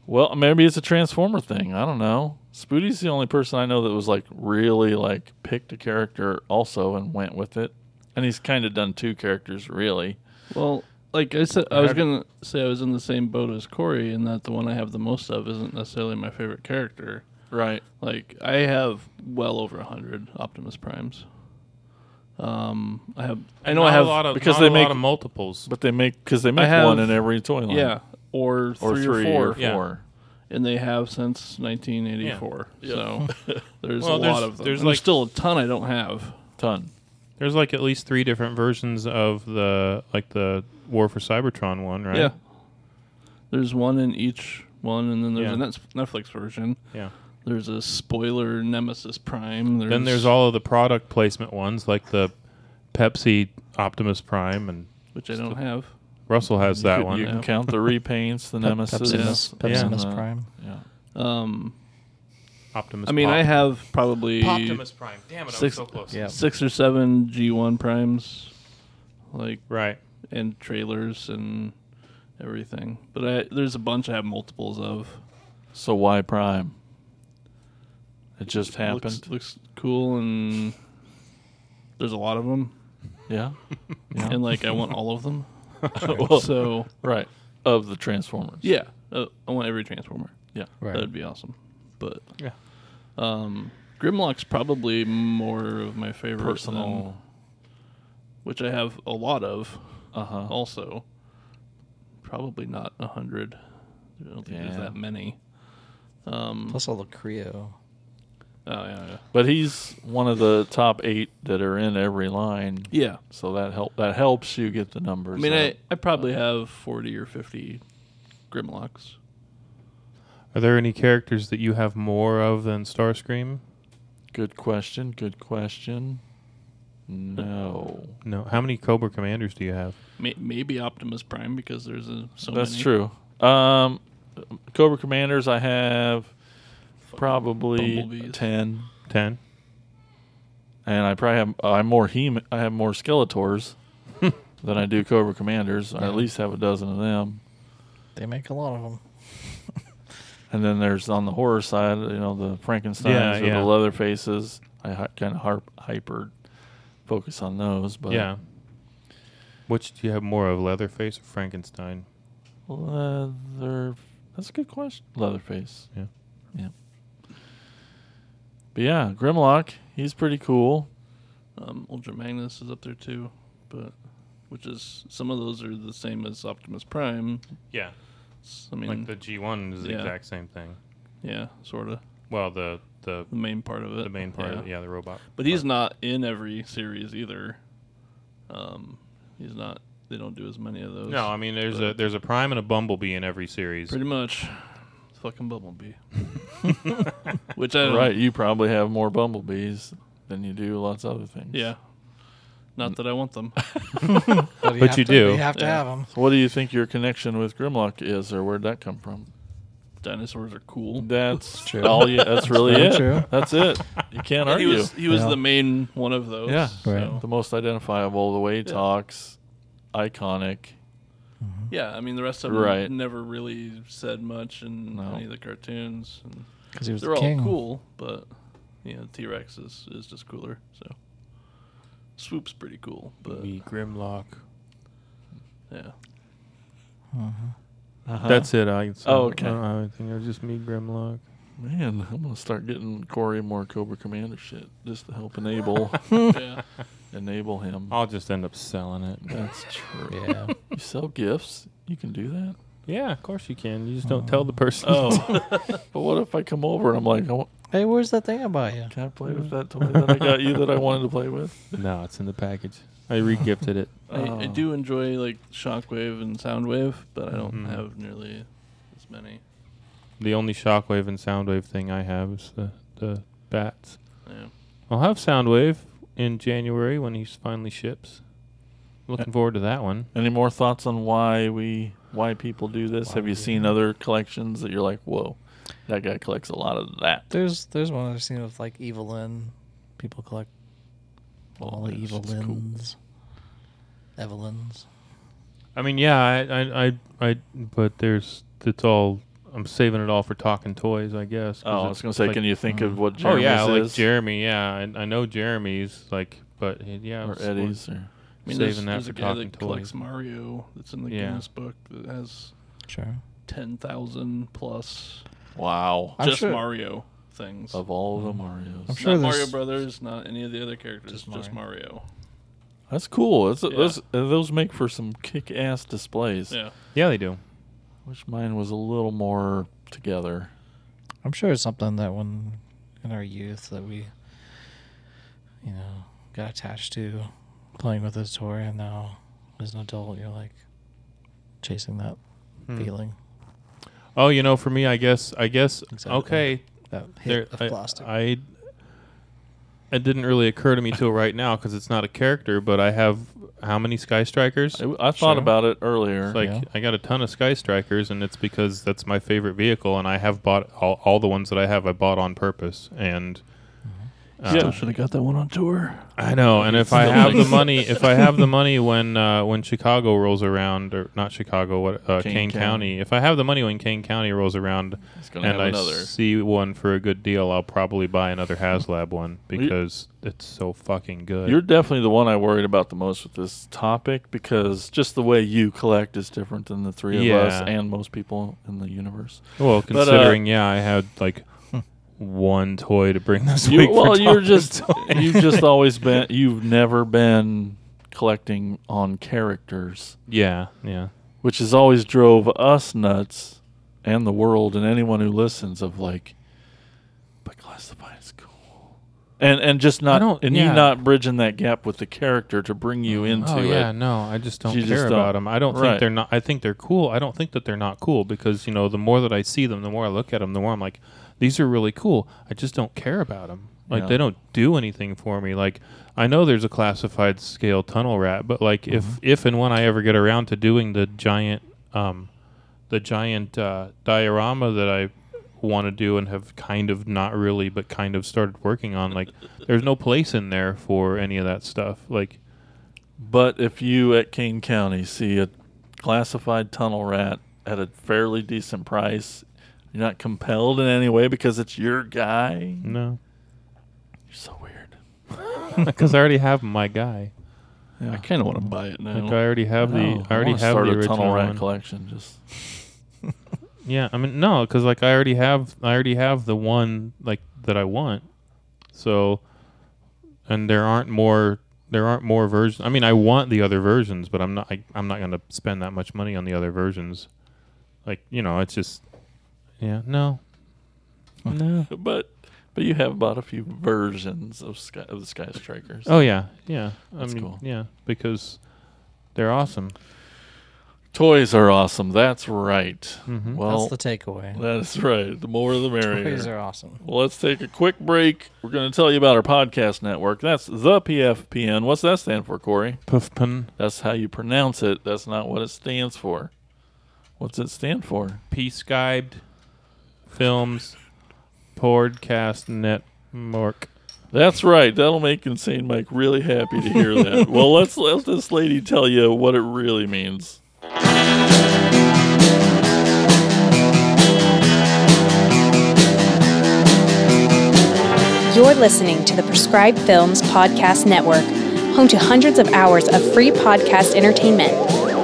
B: well, maybe it's a Transformer thing. I don't know. Spoody's the only person I know that was like really like picked a character also and went with it, and he's kind of done two characters really.
D: Well, like I said, I was
B: Have-
D: gonna say I was in the same boat as Corey, in that the one I have the most of isn't necessarily my favorite character.
B: Right.
D: Like I have well over hundred Optimus Primes. Um, I have. I know I have
C: a lot of
B: because
C: not
B: they
C: a
B: make-
C: lot of multiples.
B: But they make because they make
D: have-
B: one in every toy line.
D: yeah, or,
B: Or
D: three,
B: three,
D: or four,
C: Yeah.
D: and they have since 1984.
C: <laughs>
D: So there's
C: Well,
D: a
C: there's-
D: lot of them.
C: there's
D: And there's
C: like-
D: still a ton I don't have.
B: Ton.
C: There's like at least three different versions of the like the War for Cybertron one, right?
D: Yeah, there's one in each one, and then there's
C: Yeah.
D: a Net- Netflix version.
C: Yeah.
D: There's a spoiler Nemesis Prime. There's
C: Then there's all of the product placement ones, like the Pepsi Optimus Prime, and
D: which I don't have.
C: Russell has that
B: you,
C: one.
B: You can
D: yeah.
B: count the repaints, the
E: Pe-
B: Nemesis,
E: Pepsi Miss, Pepsi
C: Yeah.
E: Miss
B: Uh,
E: Prime.
B: Yeah.
D: Um,
C: Optimus.
D: I mean, I
C: Pop-
D: have probably
C: Optimus Prime. Damn it, I was
D: Six-
C: so close.
E: Yeah.
D: six or seven G1 primes, like
C: Right.
D: and trailers and everything. But I, there's a bunch I have multiples of.
B: So why Prime? It just happened.
D: Looks, looks cool, and there's a lot of them,
B: yeah. Yeah.
D: and like I want all of them.
B: <laughs> Well,
D: <laughs> So
B: Right. Of the Transformers.
D: yeah, uh, I want every Transformer.
B: Yeah.
D: That
E: Right.
D: would be awesome. But
C: Yeah.
D: um, Grimlock's probably more of my favorite than-
B: Personal.
D: which I have a lot of.
B: Uh huh.
D: also probably not a hundred. I don't think there's
B: Yeah.
D: that many.
E: Plus all the Creo.
D: Oh yeah, yeah.
B: But he's one of the top eight that are in every line.
D: Yeah.
B: So that help that helps you get the
D: I
B: numbers.
D: mean,
B: up.
D: I, I probably have forty or fifty Grimlocks.
C: Are there any characters that you have more of than Starscream?
B: good question. Good question. No,
C: No. How many Cobra Commanders do you have?
D: May, maybe Optimus Prime because there's a, so
B: that's
D: many.
B: true. Um, Cobra Commanders, I have probably
D: bumblebees.
B: ten,
C: Ten.
B: and I probably have I'm more hem I have more
C: <laughs>
B: Skeletors than I do Cobra Commanders. I at least have a dozen of them.
E: They make a lot of them.
B: And then there's on the horror side, you know, the Frankenstein's or
C: Yeah, yeah.
B: the leather faces. I hi- kind of harp, hyper focus on those, but
C: yeah. Which do you have more of, Leatherface or Frankenstein?
B: leather. That's a good question. Leatherface.
C: Yeah.
B: yeah. But yeah, Grimlock. He's pretty cool.
D: Um, Ultra Magnus is up there too, but which is some of those are the same as Optimus Prime.
C: Yeah.
D: S- I mean,
C: Like the G1 is the
D: Yeah.
C: exact same thing.
D: yeah, sort of
C: Well, the the
D: the main part of it.
C: the main part, yeah, yeah the robot.
D: But he's not in every series either. Um, he's not. They don't do as many of those.
C: No, I mean there's a there's a prime and a bumblebee in every series.
D: pretty much.
C: <laughs>
D: Fucking bumblebee. Which I don't,
B: Right. You probably have more bumblebees than you do lots of other things.
D: Yeah. Not that I
B: <laughs>
D: want them.
E: But you,
C: But
E: have
C: you
E: to,
C: do.
E: You have to
D: Yeah.
E: have 'em. have them.
B: So what do you think your connection with Grimlock is, or where'd that come from?
D: Dinosaurs are cool.
B: That's
E: true.
B: all. You, that's really
E: very
B: it.
E: true.
B: That's it. You can't
D: He
B: argue.
D: was he was
E: Yeah.
D: the main one of those.
B: Yeah.
D: so-
B: the most identifiable, the way he talks, iconic.
D: Yeah. I mean, the rest of them
B: Right.
D: never really said much in
B: No.
D: any of the cartoons. And
E: Because he was
D: they're
E: the king.
D: all cool, but you know, T Rex is, is just cooler. So Swoop's pretty cool, but
C: Grimlock.
D: yeah.
B: Uh-huh.
C: That's it. I so
B: Oh, okay.
C: I don't have anything. It was just me, Grimlock.
B: Man, I'm gonna start getting Corey more Cobra Commander shit just to help enable
D: <laughs> yeah.
B: enable him.
C: I'll just end up
B: <laughs>
C: selling it.
B: That's true.
E: Yeah.
B: You sell gifts? You can do that.
C: <laughs>
B: <laughs>
C: Yeah, of course you can. You just don't tell the person.
B: Oh, but what if I come over and I'm like, I, wa-
E: Hey, where's that thing I bought you?
B: Can I play with that toy that I got you that I wanted to play with?
F: No, it's in the package. I regifted it.
D: I, I
B: Oh.
D: do enjoy like Shockwave and Soundwave, but I don't
C: Mhm.
D: have nearly as many.
C: The only shockwave and soundwave thing I have is the, the bats.
D: Yeah.
C: I'll have soundwave in January when he finally ships. Looking forward to that one.
B: Any more thoughts on why we why people do this? Have you seen other collections that you're like, whoa, that guy collects a lot of that?
E: There's there's one I've seen with like Evelyn. People collect all the
B: that shit's cool.
E: Evelyns. Evelyns.
C: I mean, yeah, I, I, I, I but there's it's all. I'm saving it all for talking toys, I guess. 'cause
B: Oh, I
C: it's
B: was gonna say,
C: like-
B: can you think of what
C: Oh
B: Jeremy's
C: yeah, like
B: is
C: Jeremy. Yeah, I, I know Jeremy's like, but uh, yeah,
B: or
C: it's-
B: Eddie's? Or,
D: I mean,
C: saving that
D: there's, there's
C: for
D: a guy
C: talking
D: that collects
C: toys.
D: Mario that's in the
C: Yeah.
D: Guinness Book that has
E: Sure.
D: ten thousand plus
B: wow,
E: I'm
D: just
E: sure-
D: Mario things.
B: of all the Mario's,
E: sure
D: not Mario
E: there's-
D: Brothers, not any of the other characters, just Mario.
B: that's cool. That's,
D: Yeah.
B: those, uh, those make for some kick-ass displays.
D: Yeah,
C: Yeah, they do.
B: Wish mine was a little more together.
E: I'm sure it's something that when in our youth that we, you know, got attached to playing with a toy, and now as an adult, you're like chasing that feeling.
C: Oh, you know, for me, I guess, I guess,
E: Except, uh,
C: okay,
E: That
C: there,
E: hit of
C: I,
E: plastic.
C: I- it didn't really occur to me till right now because it's not a character, but I have how many Sky Strikers?
B: I, I thought
E: Sure.
B: about it earlier.
C: It's like
E: Yeah.
C: I got a ton of Sky Strikers, and it's because that's my favorite vehicle, and I have bought all, all the ones that I have. I bought on purpose, and uh,
D: should have got that one on tour.
C: I know. And if I
B: Still
C: have the
B: thinks-
C: money, if I have the money when uh, when Chicago rolls around, or not Chicago, what uh,
B: Kane
C: Kane,
B: County.
C: County. If I have the money when Kane County rolls around,
B: It's gonna
C: and
B: have
C: I
B: another.
C: see one for a good deal, I'll probably buy another HasLab one because it's so fucking good.
B: You're definitely the one I worried about the most with this topic because just the way you collect is different than the three of us
C: Yeah.
B: and most people in the universe.
C: well,
B: uh,
C: considering yeah, I had like one toy to bring
B: <laughs>
C: this
B: You,
C: week. for
B: well, you're
C: Talking
B: just <laughs>
C: Toys.
B: you've just always been you've never been collecting on characters,
C: <laughs> yeah, yeah.
B: which has always drove us nuts and the world and anyone who listens of like, but classified is cool. And, and just not
C: don't-
B: and you
C: yeah.
B: not bridging that gap with the character to bring you into
C: Oh yeah,
B: it.
C: no, I just don't
B: You
C: care
B: just don't-
C: about them. I don't
B: Right.
C: think they're not. I think they're cool. I don't think that they're not cool because you know the more that I see them, the more I look at them, the more I'm like, these are really cool. I just don't care about them. Like
B: Yeah.
C: they don't do anything for me. Like I know there's a classified scale tunnel rat, but like if if and when I ever get around to doing the giant, um, the giant uh, diorama that I want to do and have kind of not really but kind of started working on like there's no place in there for any of that stuff like
B: But if you at Kane County see a classified tunnel rat at a fairly decent price, you're not compelled in any way because it's your guy.
C: no
B: You're so weird.
C: Because I already have my guy.
B: Yeah.
D: I kind of want to buy it now.
C: Like I already have the. I already
B: Oh, wanna
C: have the
B: start a
C: original
B: tunnel rat
C: one.
B: collection. Just
C: Yeah, I mean no, because like I already have. I already have the one like that I want. So, and there aren't more. There aren't more versions. I mean, I want the other versions, but I'm not. I, I'm not going to spend that much money on the other versions. Like you know, it's just. Yeah. No. No.
B: but but you have bought a few versions of sky of the Sky Strikers.
C: Oh yeah, yeah. I
B: That's
C: mean,
B: cool.
C: yeah, because they're awesome.
B: Toys are awesome. That's right.
C: Mhm.
B: Well,
E: That's the
B: <laughs>
E: <laughs> takeaway.
B: that's right. The more the merrier.
E: Toys are awesome.
B: Well, let's take a quick break. We're going to tell you about our podcast network. That's the PFPN. What's that stand for, Corey?
C: Puffpin
B: That's how you pronounce it. That's not what it stands for. What's it stand for?
C: P-Skybed Films Podcast Network.
B: That's right. That'll make Insane Mike really happy to hear that. well, let's let this lady tell you what it really means.
G: You're listening to the Prescribed Films Podcast Network, home to hundreds of hours of free podcast entertainment.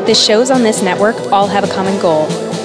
G: The shows on this network all have a common goal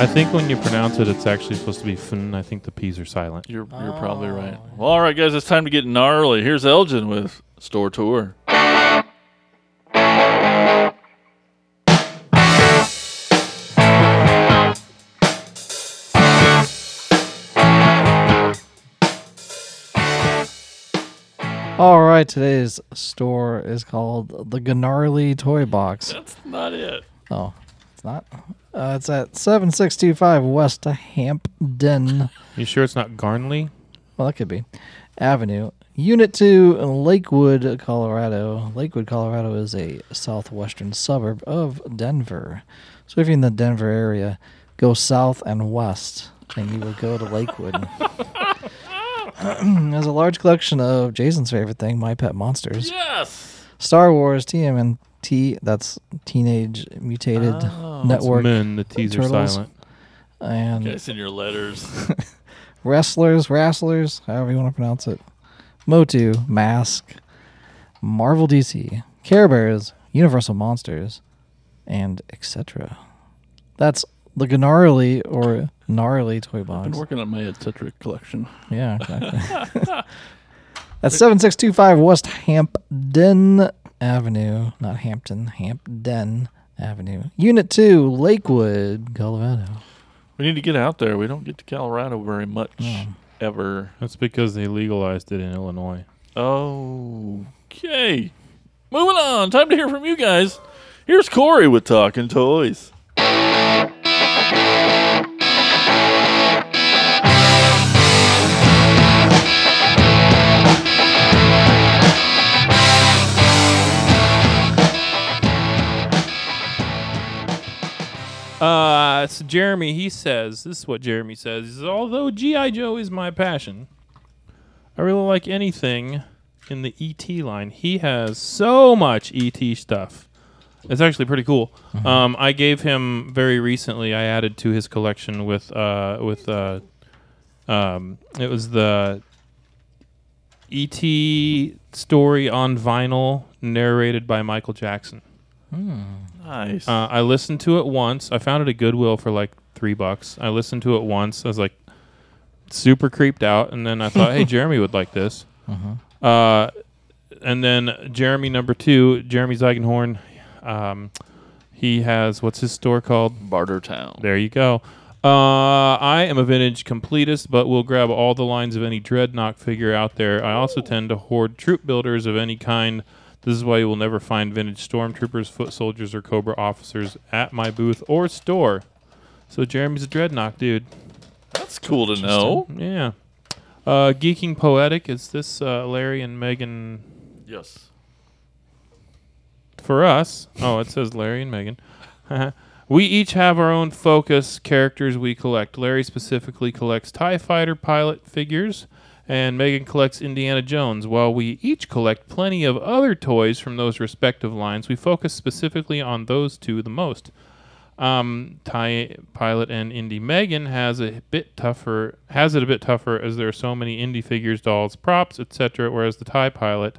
C: I think when you pronounce it, it's actually supposed to be fun. I think the P's are silent.
B: You're, you're probably right. Well, all right, guys, it's time to get gnarly. Here's Elgin with Store Tour.
E: All right, today's store is called the Gnarly Toy Box.
B: That's not it.
E: Oh, it's not. Uh, it's at 7625 West Hampden.
C: You sure it's not Garnley?
E: Well, that could be. Avenue, Unit 2, Lakewood, Colorado. Lakewood, Colorado is a southwestern suburb of Denver. So if you're in the Denver area, go south and west, and you will go to Lakewood. <clears throat> There's a large collection of Jason's favorite thing, My Pet Monsters.
B: Yes.
E: Star Wars, TMNT, that's Teenage Mutated
C: It's
E: Network,
C: men. The T's are
E: Turtles.
C: silent.
E: and
B: Guys, in your letters. <laughs>
E: wrestlers, wrestlers, however you want to pronounce it. Motu, Mask, Marvel DC, Care Bears, Universal Monsters, and etc. That's the gnarly or gnarly toy box.
D: Been working on my eccentric collection.
E: Yeah, exactly. That's 7625 West Hampden Avenue. Not Hampton, Hampden Avenue. Unit 2, Lakewood, Colorado.
B: we need to get out there. We don't get to Colorado very much ever.
C: That's because they legalized it in Illinois.
B: Okay. Moving on. Time to hear from you guys. Here's Corey with Talking Toys.
C: Uh, so Jeremy, he says, this is what Jeremy says. He says, although G.I. Joe is my passion, I really like anything in the E.T. line. He has so much E.T. stuff. It's actually pretty cool. Um, I gave him very recently, I added to his collection with, uh, with, uh, um, it was the E.T. story on vinyl narrated by Michael Jackson.
B: Nice.
C: Uh, I listened to it once. I found it at Goodwill for like three bucks. I listened to it once. I was like super creeped out, and then I thought, hey, Jeremy would like this. Uh, and then Jeremy number two, Jeremy Zeigenhorn. Um, he has what's his store called?
B: Barter Town.
C: There you go. Uh, I am a vintage completist, but will grab all the lines of any dreadnought figure out there. I also tend to hoard troop builders of any kind. This is why you will never find vintage stormtroopers, foot soldiers, or cobra officers at my booth or store. So Jeremy's a dreadnought dude.
B: That's cool to know.
C: Yeah. Uh, Geeking poetic is this uh, Larry and Megan
B: Yes.
C: for us. Oh, it says Larry and Megan. <laughs> we each have our own focus characters we collect. Larry specifically collects TIE fighter pilot figures, and Megan collects Indiana Jones. While we each collect plenty of other toys from those respective lines, we focus specifically on those two the most. Um, TIE pilot and Indy Megan has a bit tougher has it a bit tougher as there are so many indie figures, dolls, props, etc. Whereas the TIE pilot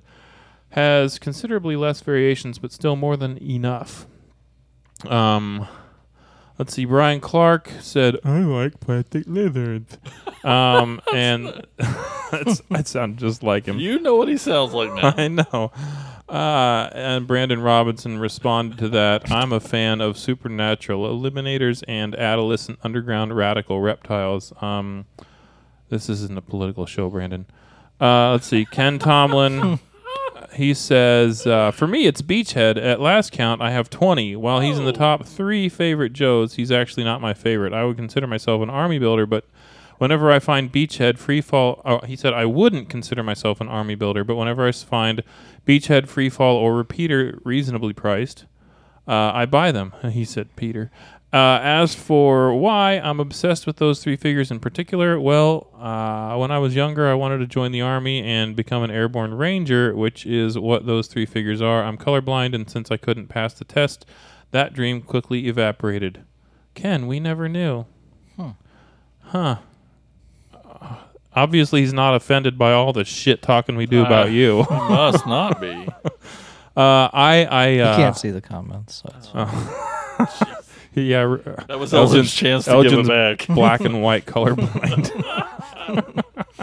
C: has considerably less variations, but still more than enough. Um, let's see. Brian Clark said, "I like plastic lizards," um, and <laughs> that's, that sounds just like him.
B: You know what he sounds like now.
C: <laughs> I know. Uh, and Brandon Robinson responded to that. I'm a fan of supernatural eliminators and adolescent underground radical reptiles. Um, this isn't a political show, Brandon. Uh, let's see. Ken Tomlin. He says, uh, for me, it's Beachhead. At last count, I have 20. While he's in the top three favorite Joes, he's actually not my favorite. I would consider myself an army builder, but whenever I find Beachhead, Freefall, oh, he said, I wouldn't consider myself an army builder, but whenever I s- find Beachhead, Freefall, or Repeater reasonably priced, uh, I buy them, <laughs> he said, Peter. Uh, as for why I'm obsessed with those three figures in particular, well, uh, when I was younger, I wanted to join the Army and become an airborne ranger, which is what those three figures are. I'm colorblind, and since I couldn't pass the test, that dream quickly evaporated. Ken, we never knew. Huh. Uh, Obviously, he's not offended by all the shit talking we do about you.
B: He <laughs> must not be.
C: Uh, I, I,
E: You
C: uh,
E: can't see the comments. So it's-
B: Jeez.
C: Yeah, r- uh,
B: That was
C: Elgin's-
B: Elgin's chance to give it
C: Elgin's
B: <laughs> back.
C: <laughs> black and white colorblind. <laughs>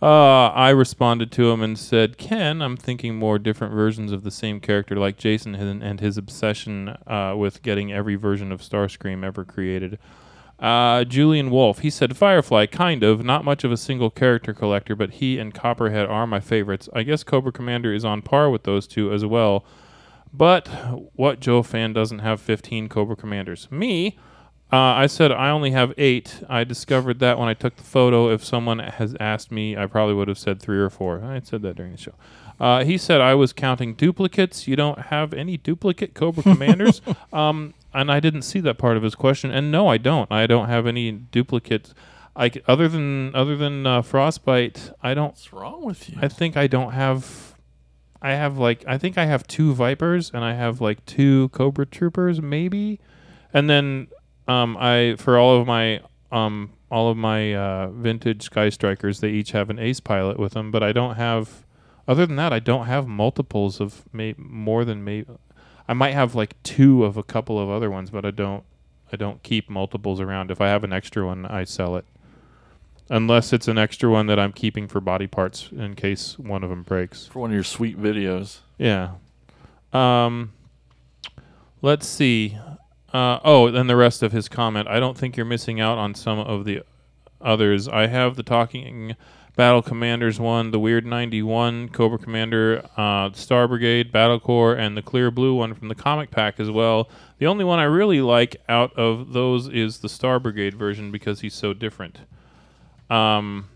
C: uh, I responded to him and said, Ken, I'm thinking more different versions of the same character like Jason and, and his obsession uh, with getting every version of Starscream ever created. Uh, Julian Wolf, he said, Firefly, kind of, not much of a single character collector, but he and Copperhead are my favorites. I guess Cobra Commander is on par with those two as well. But what Joe fan doesn't have 15 Cobra Commanders? Me, uh, I said I only have eight. I discovered that when I took the photo. If someone has asked me, I probably would have said three or four. I had said that during the show. Uh, he said I was counting duplicates. You don't have any duplicate Cobra Commanders. um, and I didn't see that part of his question. And no, I don't. I don't have any duplicates. I c other than other than uh, frostbite, I don't
B: What's wrong with you?
C: I think I don't have. I have like I think I have two Vipers and I have like two Cobra Troopers maybe, and then um I for all of my um all of my uh, vintage Sky Strikers they each have an Ace Pilot with them, but I don't have. Other than that, I don't have multiples of may, more than maybe. I might have like two of a couple of other ones, but I don't. I don't keep multiples around. If I have an extra one, I sell it unless it's an extra one that I'm keeping for body parts in case one of them breaks.
B: For one of your sweet videos.
C: Yeah. Um, let's see. Uh, oh, then the rest of his comment. I don't think you're missing out on some of the others. I have the Talking Battle Commanders one, the Weird 91 Cobra Commander, uh, the Star Brigade, Battle Corps, and the Clear Blue one from the comic pack as well. The only one I really like out of those is the Star Brigade version because he's so different. Um,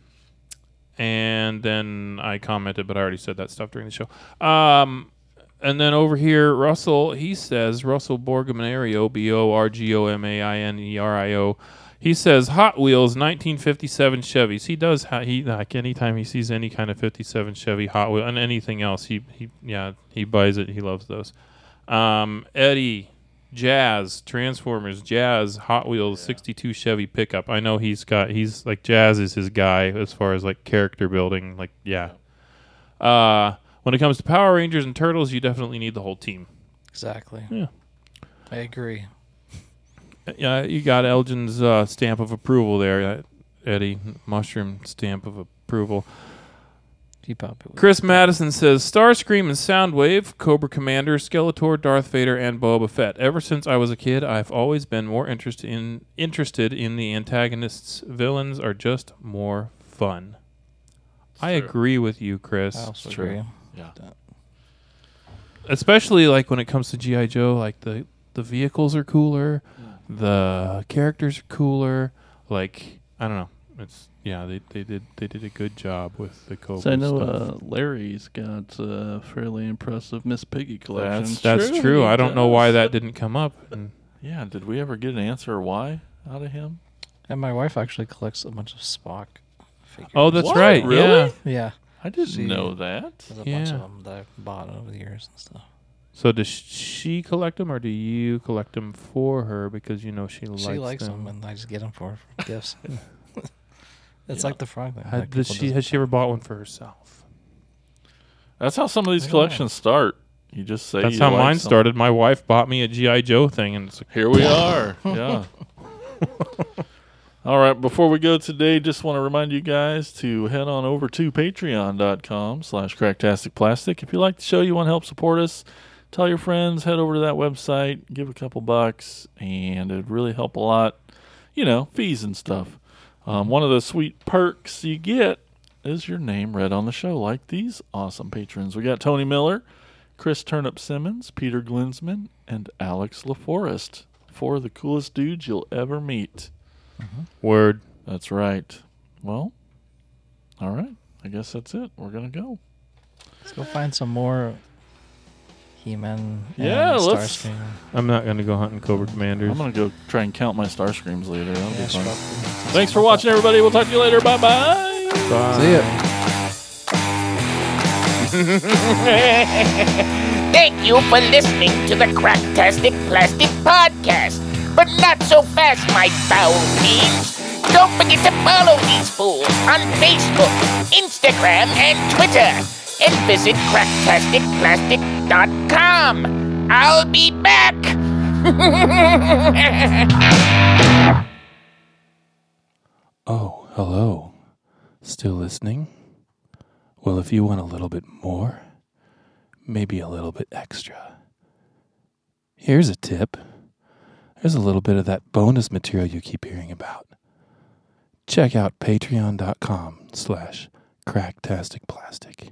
C: and then I commented, but I already said that stuff during the show. Um, and then over here, Russell, he says, Russell Borgominario, B O R G O M A I N E R I O. He says Hot Wheels 1957 Chevys. He does ha- he like anytime he sees any kind of 57 Chevy Hot Wheel and anything else, he he yeah, he buys it. He loves those. Um, Eddie Jazz Transformers Jazz Hot Wheels 62 Chevy pickup. I know he's got he's like Jazz is his guy as far as like character building like yeah. Uh when it comes to Power Rangers and Turtles, you definitely need the whole team.
E: Exactly.
C: Yeah.
E: I agree.
C: Yeah, you got Elgin's uh, stamp of approval there, uh, Eddie. Mushroom stamp of approval.
E: Keep up. it.
C: Chris Madison says Starscream and Soundwave, Cobra Commander, Skeletor, Darth Vader, and Boba Fett. Ever since I was a kid, I've always been more interested in interested in the antagonists. Villains are just more fun. I agree with you, Chris.
E: I also agree.
B: Yeah.
C: especially like when it comes to GI Joe, like the the vehicles are cooler, the characters are cooler. Like I don't know, it's yeah they, they did they did a good job with the Cobra
D: So I know
C: stuff.
D: uh, Larry's got a fairly impressive Miss Piggy collection.
B: That's-
C: That's
B: Sure
C: true.
B: he
C: I don't know
B: does.
C: why that didn't come up. Mm. And
B: Yeah. Did we ever get an answer or why out of him?
E: And my wife actually collects a bunch of Spock. Figures.
C: oh, that's
B: What?
C: right.
B: Really?
C: Yeah.
E: yeah.
B: I didn't
E: See.
B: know that.
E: There's a bunch
C: Yeah.
E: of them that I've bought over the years and stuff.
C: So does she collect them, or do you collect them for her because you know she likes
E: she likes
C: them?
E: them. and I just get them for her for gifts.
C: <laughs>
E: <laughs> it's like the frog thing.
C: Ha-
E: like
C: does
E: people
C: she
E: just-
C: has she ever bought one for herself?
B: That's how some of these
E: Yeah.
B: collections start. You just say.
C: That's
B: you
C: how
B: like
C: mine
B: something.
C: started. My wife bought me a GI Joe thing, and it's like,
B: Here we are. Yeah. All right. Before we go today, just want to remind you guys to head on over to patreon.com slash cracktasticplastic. If you like the show, you want to help support us, tell your friends, head over to that website, give a couple bucks, and it'd really help a lot. You know, fees and stuff. Um, one of the sweet perks you get is your name read on the show, like these awesome patrons. We got Tony Miller, Chris Turnip Simmons, Peter Glinsman, and Alex LaForest. Four of the coolest dudes you'll ever meet.
C: word.
B: That's right. Well, all right. I guess that's it. We're gonna go.
E: Let's go find some more He-Man.
B: Yeah,
E: and
B: let's-
E: Starscream.
C: I'm not gonna go hunting Cobra Commanders.
B: I'm gonna go try and count my star screams later. That'll be
E: Yeah,
B: fun.
E: sure.
B: Thanks for watching, everybody. We'll talk to you later. Bye bye.
E: See ya.
A: Thank you for listening to the Cracktastic Plastic Podcast. But not so fast, my foul fiends. Don't forget to follow these fools on Facebook, Instagram, and Twitter. And visit cracktasticplastic.com. I'll be back. <laughs>
C: Oh, hello. Still listening? Well, if you want a little bit more, maybe a little bit extra. Here's a tip there's a little bit of that bonus material you keep hearing about. Check out patreon.com slash cracktasticplastic.